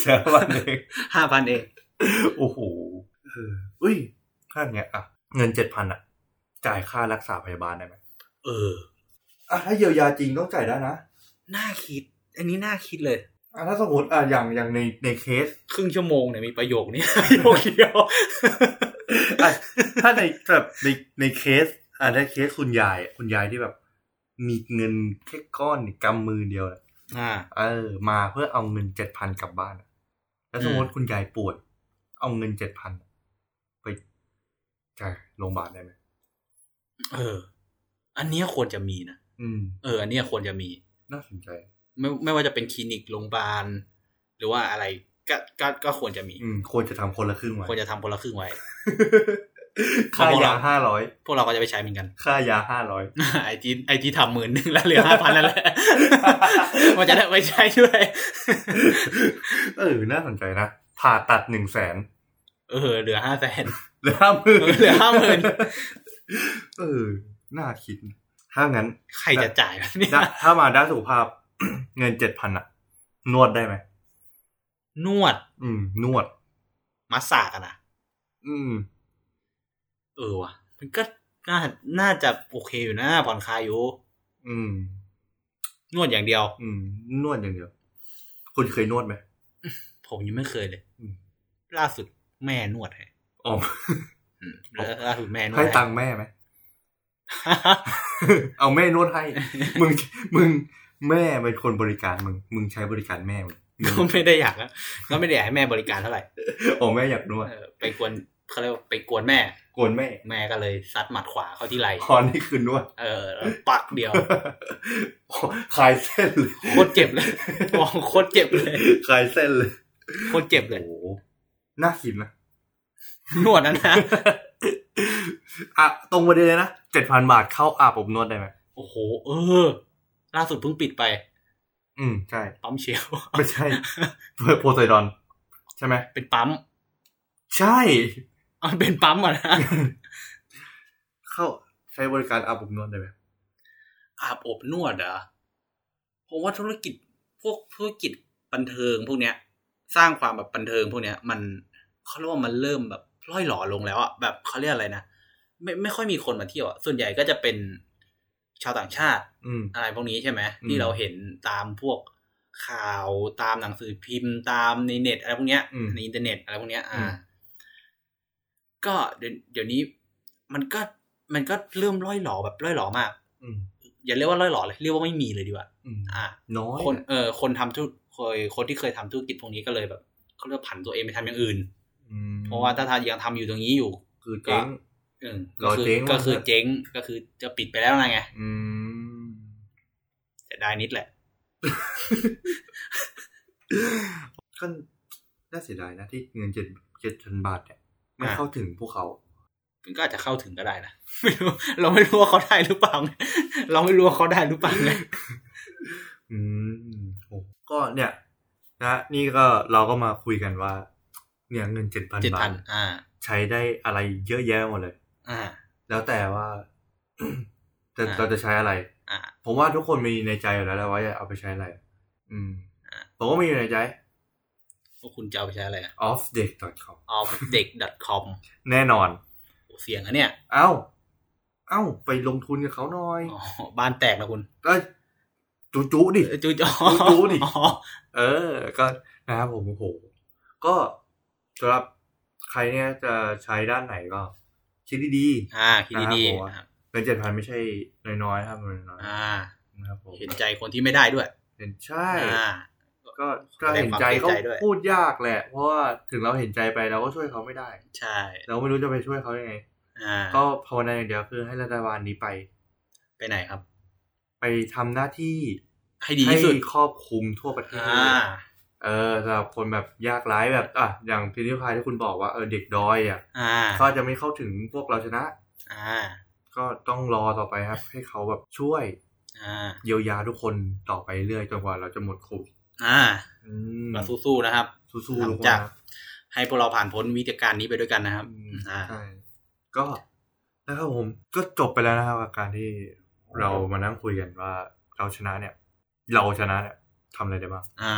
C: เสียวันเอง
B: ห้าพันเอง
C: โอ้โหเอออุ้ยข้างเนี้ยอ่ะ เงินเจ็ดพันอ่ะ จ่ายค่ารักษาพยาบาลได้ไหม
B: เออ
C: อ่ะถ้าเยียวยาจริงต้องจ่ายได้นะ
B: น่าคิด อันนี้น่าคิดเลย
C: อ่ะถ้าสมมติอ่ะอย่างอย่างในในเคส
B: ครึ่งชั่วโมงเนี่ยมีประโยคนี้ <laughs> ประโยคเดียว
C: อ่ะถ้าในแบบในในเคสอ่าในเคสคุณยายอะคุณยายที่แบบ มีเงินแค่ก้อนกำมือเดียวอะ
B: อ่า
C: เออ มาเพื่อเอาเงินเจ็ดพันกลับบ้านอะแล้วสมมติคุณยายป่วย เอาเงินเจ็ดพันไปจ่ายโรงพยาบาลได้ไหม
B: เออ อันเนี้ยควรจะมีนะ
C: อืม
B: เออ อันเนี้ยควรจะมี
C: น่าสนใจ
B: ไม่ไม่ว่าจะเป็นคลินิกโรงพยาบาล หรือว่าอะไรก็ก็ก็ควรจะมี
C: อืม ควรจะทำคนละครึ่งไว้
B: ควรจะทำคนละครึ่งไว้
C: ค่ายาห้าร้อย
B: พวกเราก็จะไปใช้เหมือนกัน
C: ค่ายาห้าร้อย
B: <laughs> ไอจีไอจีทำหมื่นหนึ่งแล้วเหลือห้าพันนั่นแห
C: <laughs>
B: ละ มันจะได้ไปใช้ด้วย <laughs>
C: เออ น่าสนใจนะ ผ่าตัดหนึ่งแสน
B: เออ เหลือห้าแสน
C: เหลือห้าหมื่น
B: เหลือ50,000
C: เออ น่าคิดนะถ้างั้น
B: ใครจะจ่ายวะเนี่ย
C: ด้าถ้ามาด้านสุขภาพ เงินเจ็ดพันอะนวดได้ไหม
B: นวด
C: อืม นวด
B: มัสซากันนะ
C: อืม
B: เออว่ะ มันก็น่า น่าจะโอเคอยู่นะผ่อนคลายอยู่
C: อืม
B: นวดอย่างเดียว
C: อืม นวดอย่างเดียว คุณเคยนวดไหม
B: ผมยังไม่เคยเลย
C: อืม
B: ล่าสุดแม่นวดให้
C: อ๋อ
B: อืมแล้วล่าสุดแม่นวด
C: ให้ตัง
B: ค์
C: ค์แม่ไหม <laughs> เอาแม่นวดให้ มึง มึง แม่เป็นคนบริการมึง มึงใช้บริการแม่ <laughs> มึงมึง
B: <laughs> ก็ไม่ได้อยากนะก็ไม่ได้อยากให้แม่บริการเท่าไหร่
C: อ๋อแม่อยากนวด
B: เออไปกวนเขาเรียกว่าไปกวนแม่
C: กวนแม่
B: แม่ก็เลยซัดหมัดขวาเข้าที่ไหล่
C: คอนี่คือนวด <laughs>
B: เออแล้วปักเดียว
C: คลายเส้น <laughs> เลย
B: โคตรเจ็บเลยม <laughs> องโคตรเจ็บเลย
C: คลายเส้นเลย
B: โคตรเจ็บเลย
C: โอ้โหน่าคิดนะ
B: น
C: <laughs>
B: วดนั้นนะ
C: อ่ะตรงประเด็นเลยนะเจ็ดพันบาทเข้าอาบอบนวดได้ไหม
B: โอ้โห เออ ล่าสุดเพิ่งปิดไป
C: อืม ใช่
B: ปั๊มเชลล
C: ไม่ใช่ <laughs>
B: <laughs>
C: โพไซดอน ใช่ไหม
B: เป็นปั๊ม
C: ใช่
B: เอาเป็นปั๊มอ่ะนะ
C: เข้าใช้บริการอาบอบนวดได้ไหม
B: <laughs> อาบอบนวดเหรอ่ะผมว่าธุรกิจพวกธุรกิจบันเทิงพวกเนี้ย สร้างความแบบบันเทิงพวกเนี้ย มันเขาเรียกว่ามันเริ่มแบบร่อยหล่อลงแล้วอ่ะแบบเขาเรียกอะไรนะไม่ไม่ค่อยมีคนมาเที่ยวอะส่วนใหญ่ก็จะเป็นชาวต่างชาติ
C: อืม
B: อะไรพวกนี้ใช่ไหม
C: อืม
B: ที่เราเห็นตามพวกข่าวตามหนังสือพิมพ์ตามในเน็ตอะไรพวกเนี้ย
C: อืม
B: ในอินเทอร์เน็ตอะไรพวกเนี้ย อ่า
C: อืม
B: ก็เดี๋ยวเดี๋ยวนี้ มันก็มันก็เริ่มร่อยหลอแบบร่อยหลอมาก
C: อืม
B: อย่าเรียกว่าร่อยหลอเลยเรียกว่าไม่มีเลยดีกว่า
C: อืม
B: อ่า
C: น้อย
B: คน
C: อะ
B: เออคนทำธุรเคยคนที่เคยทำธุรกิจพวกนี้ก็เลยแบบเขาเลือกผันตัวเองไปทำอย่างอื่น
C: อืม
B: เพราะว่าถ้าทายังทำอยู่ตรงนี้อยู่
C: คือเจ๊ง
B: เออก็คื
C: เราเจ๊ง
B: ก็คือ
C: ว่าเถอะ
B: เจ๊งก็คือจะปิดไปแล้วนะไง
C: อืม
B: แต่ได้นิดแหละ
C: ก็น่าเสียดายนะที่เงินเจ็ดเจ็ดพันบาทเนี่ยไม่
B: อ่ะ
C: เข้าถึงพวกเขา
B: มันก็อาจจะเข้าถึงก็ได้นะ <laughs> ไม่รู้เราไม่รู้ว่าเขาได้หรือเปล่าไง <laughs> เราไม่รู้ว่าเขาได้หรือเปล่า
C: <laughs>
B: ไง
C: อืมโอ้ก็เนี่ย นะ นี่ก็เราก็มาคุยกันว่า เนี่ยเงินเจ็ดพัน
B: เจ็ด
C: บา
B: พั
C: ท
B: นอ่า
C: ใช้ได้อะไรเยอะแยะหมดเลย
B: อ่า
C: แล้วแต่ว่า <coughs> จะ
B: อ่ะ
C: เราจะใช้อะไร
B: อ่า
C: ผมว่าทุกคนมีในใจอยู่แล้วแหละว่าจะเอาไปใช้อะไร อืม
B: อ่ะ
C: ผมก็มีอยู่ในใจ
B: พวกคุณจะเอาไปใช้อะไรอะ
C: offdeck.com
B: off d e c k com
C: แน่นอน
B: เสียงอะเนี่ย
C: เอ้า เอ้า ไปลงทุนกับเขาหน่อย
B: อ๋อบ้านแตกนะคุณ
C: เอ้ยจุจุดิ
B: เอ้ยจูจอ
C: จูจูดิ
B: อ๋อ
C: เออ ก็นะครับผมโอ้โห ก็สำหรับใครเนี่ยจะใช้ด้านไหนก็ คิดดี
B: อ่าคิดดีๆนะครับ
C: ๆเงินเจ็ดพันไม่ใช่น้อยๆนะครับมันน้อย
B: อ่า
C: ๆนะครับผม
B: เห็นใจคนที่ไม่ได้ด้วย
C: เห็นใช่
B: อ่า
C: ก็ก็เห็นใจ
B: แสดงค
C: ก็
B: วามเห็นใจด้วย
C: พูดยากแหละ เพราะว่าถึงเราเห็นใจไปเราก็ช่วยเขาไม่ได้
B: ใช่
C: เราไม่รู้จะไปช่วยเขายังไง
B: อ่า
C: ก็ภาวนาอย่างเดียวคือให้รัฐบาลนี้ไป
B: ไปไหนครับ
C: ไปทำหน้าที่
B: ให้ดี
C: ให้
B: ที่สุด
C: ครอบคลุมทั่วประเทศ
B: อ่า
C: เออสำหรับคนแบบยากไร้แบบอ่ะอย่างพิธีพายที่คุณบอกว่าเออเด็กดอยอ่ะ
B: อ่า
C: เขาจะไม่เข้าถึงพวกเราชนะ
B: อ่า
C: ก็ต้องรอต่อไปครับ ให้เขาแบบช่วย
B: อ่า
C: เยียวยาทุกคนต่อไปเรื่อยจนกว่าเราจะหมดโควิด
B: อ่า
C: อืม
B: มาสู้ๆนะครับ
C: สู้
B: ห
C: ๆ
B: ลั
C: ทุ
B: ง
C: กคน
B: จาก
C: นะ
B: ให้พวกเราผ่านพ้นวิธีการนี้ไปด้วยกันนะครับ
C: อืม
B: อ่า
C: ใช่ก็นะครับผมก็จบไปแล้วนะครับกับการที่เรามานั่งคุยกันว่าเราชนะเนี่ย เราชนะเนี่ยทำอะไรได้บ้าง
B: อ่า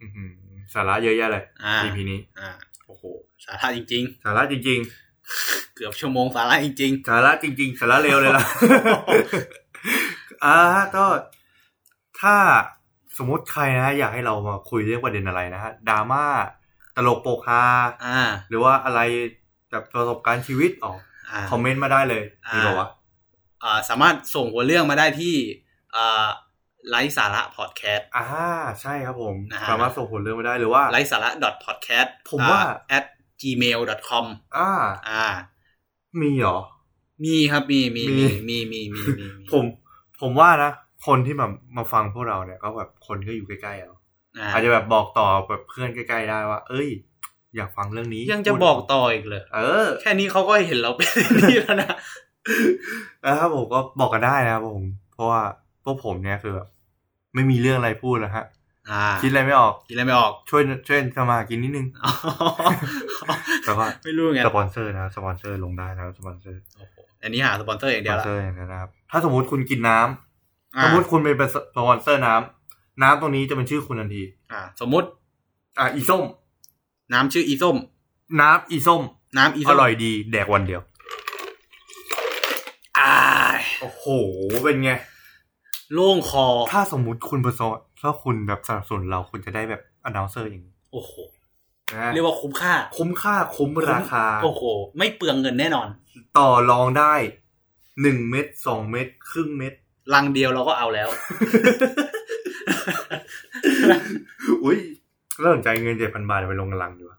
C: อื้อหือสาระเยอะแยะเลย
B: อ่า
C: EP นี้
B: อ่า
C: โอ้โห
B: สาระจริง
C: สาระจริง
B: ๆ <laughs> เกือบชั่วโมงสาระจริง
C: สาระจริง ๆ สาระเร็วเลยล่ะ <laughs> อ่าก็ถ้าสมมติใครนะ อยากให้เรามาคุยเรื่องประเด็นอะไรนะฮะดราม่าตลกโปกฮา
B: ๆ อ่า
C: หรือว่าอะไรแบบประสบการณ์ชีวิตออก
B: อ่า
C: คอมเมนต์มาได้เลย
B: อ่ามี
C: มีเหรอวะ
B: อ่าสามารถส่งหัวเรื่องมาได้ที่อ่าไลฟ์สาระพอดแคสต์
C: อ่าใช่ครับผม
B: นะฮะ
C: สามารถส่งผลเรื่องมาได้หรือว่า
B: ไลฟ์สาระ .podcast
C: ผมว่า
B: at gmail com
C: อ่า
B: อ่า
C: มีเหรอ
B: มีครับมีมี
C: มี
B: มีมีมีมีมี
C: <laughs> ผมผมว่านะ คนที่มามาฟังพวกเราเนี่ยก็แบบคนก็อยู่ใกล้ๆเรา
B: อ่า
C: อาจจะแบบบอกต่อแบบเพื่อนใกล้ๆได้ว่า เอ้ย อยากฟังเรื่องนี้
B: ยังจะบอกต่ออีกเลย
C: เออ <laughs>
B: แค่นี้เขาก็เห็นเรา <laughs> เป็นนี่แล้วนะ
C: นะครับผมก็บอกกันได้นะครับผม เพราะว่าพวกผมเนี่ยคือแบบไม่มีเรื่องอะไรพูดนะฮะ
B: อ่า
C: คิดอะไรไม่ออก
B: คิดอะไรไม่อ
C: <laughs>
B: อก
C: ช่วยช่วยทำมาหากินนิดนึง
B: อ๋อ
C: แต่ว่า
B: ไม่รู้ไง
C: สปอนเซอร์นะสปอนเซอร์ลงได้นะครับสปอนเซอร์
B: โอ้โหอันนี้หาสปอนเซอร์อย่าง
C: ส
B: เดี
C: ป
B: ย
C: อ
B: วน ละ
C: เซอร์อย่างเดียวนะครับ ถ้าสมมติคุณกินน้ำ
B: อ่า
C: สมมติคุณเป็นสปอนเซอร์น้ำน้ำตรงนี้จะเป็นชื่อคุณทันที
B: อ่า สมมติ
C: อ่ะอีส้ม
B: น้ำชื่ออีส้ม
C: น้ำอีส้ม
B: น้ำอี
C: อ
B: ส้ม
C: ร่อยดีแดกวันเดียว
B: อ่าย
C: โอ้โห เป็นไง
B: โล่งคอ
C: ถ้าสมมุติคุณประสบถ้าคุณแบบสนับสนุนเราคุณจะได้แบบอนาวเซอร์อย่างนี้
B: โอ้โห
C: นะ
B: เรียกว่าคุ้มค่า
C: คุ้มค่าคุ้มราคา
B: โอ้โห ไม่เปลืองเงินแน่นอน
C: ต่อรองได้หนึ่งเม็ดสองเม็ดครึ่งเม็ด
B: ลังเดียวเราก็เอาแล้ว <laughs>
C: อุ้ยก็สนใจเงินเจ็ดพันบาทเอาไปลงกำลังดี
B: <laughs>
C: กว่า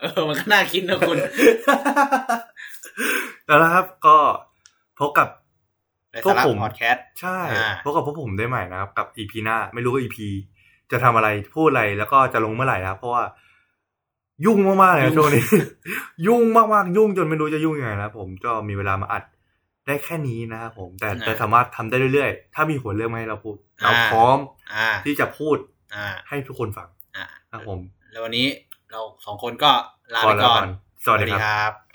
B: เออ มันก็น่าคิดนะคุณ
C: แล้วนะครับก็พบกับ
B: ในสาระ
C: ก็ผม
B: พอดแคสต์
C: ใช่
B: อ่า
C: พบกับพวกผมได้ใหม่นะครับ กับอีพีหน้า ไม่รู้ว่าอีพีจะทำอะไรพูดอะไรแล้วก็จะลงเมื่อไหร่นะครับเพราะว่า ยุ่งมากๆเลยนะช่วงนี้ <laughs> ยุ่งมากๆ ยุ่งจนไม่รู้จะยุ่งยังไงนะครับผมก็มีเวลามาอัดได้แค่นี้นะครับผม แต่
B: อ่า
C: จะสามารถทำได้เรื่อยๆ ถ้ามีหัวเรื่องมาให้เราพูด เรา
B: อ่า
C: พร้อม
B: อ่า
C: ที่จะพูด
B: อ่า
C: ให้ทุกคนฟัง
B: อ่า
C: นะครับผม
B: แล้ววันนี้เราสองคนก็ลา
C: ข
B: ไป
C: ล
B: ก่อน
C: สวัสดีครับ
B: บ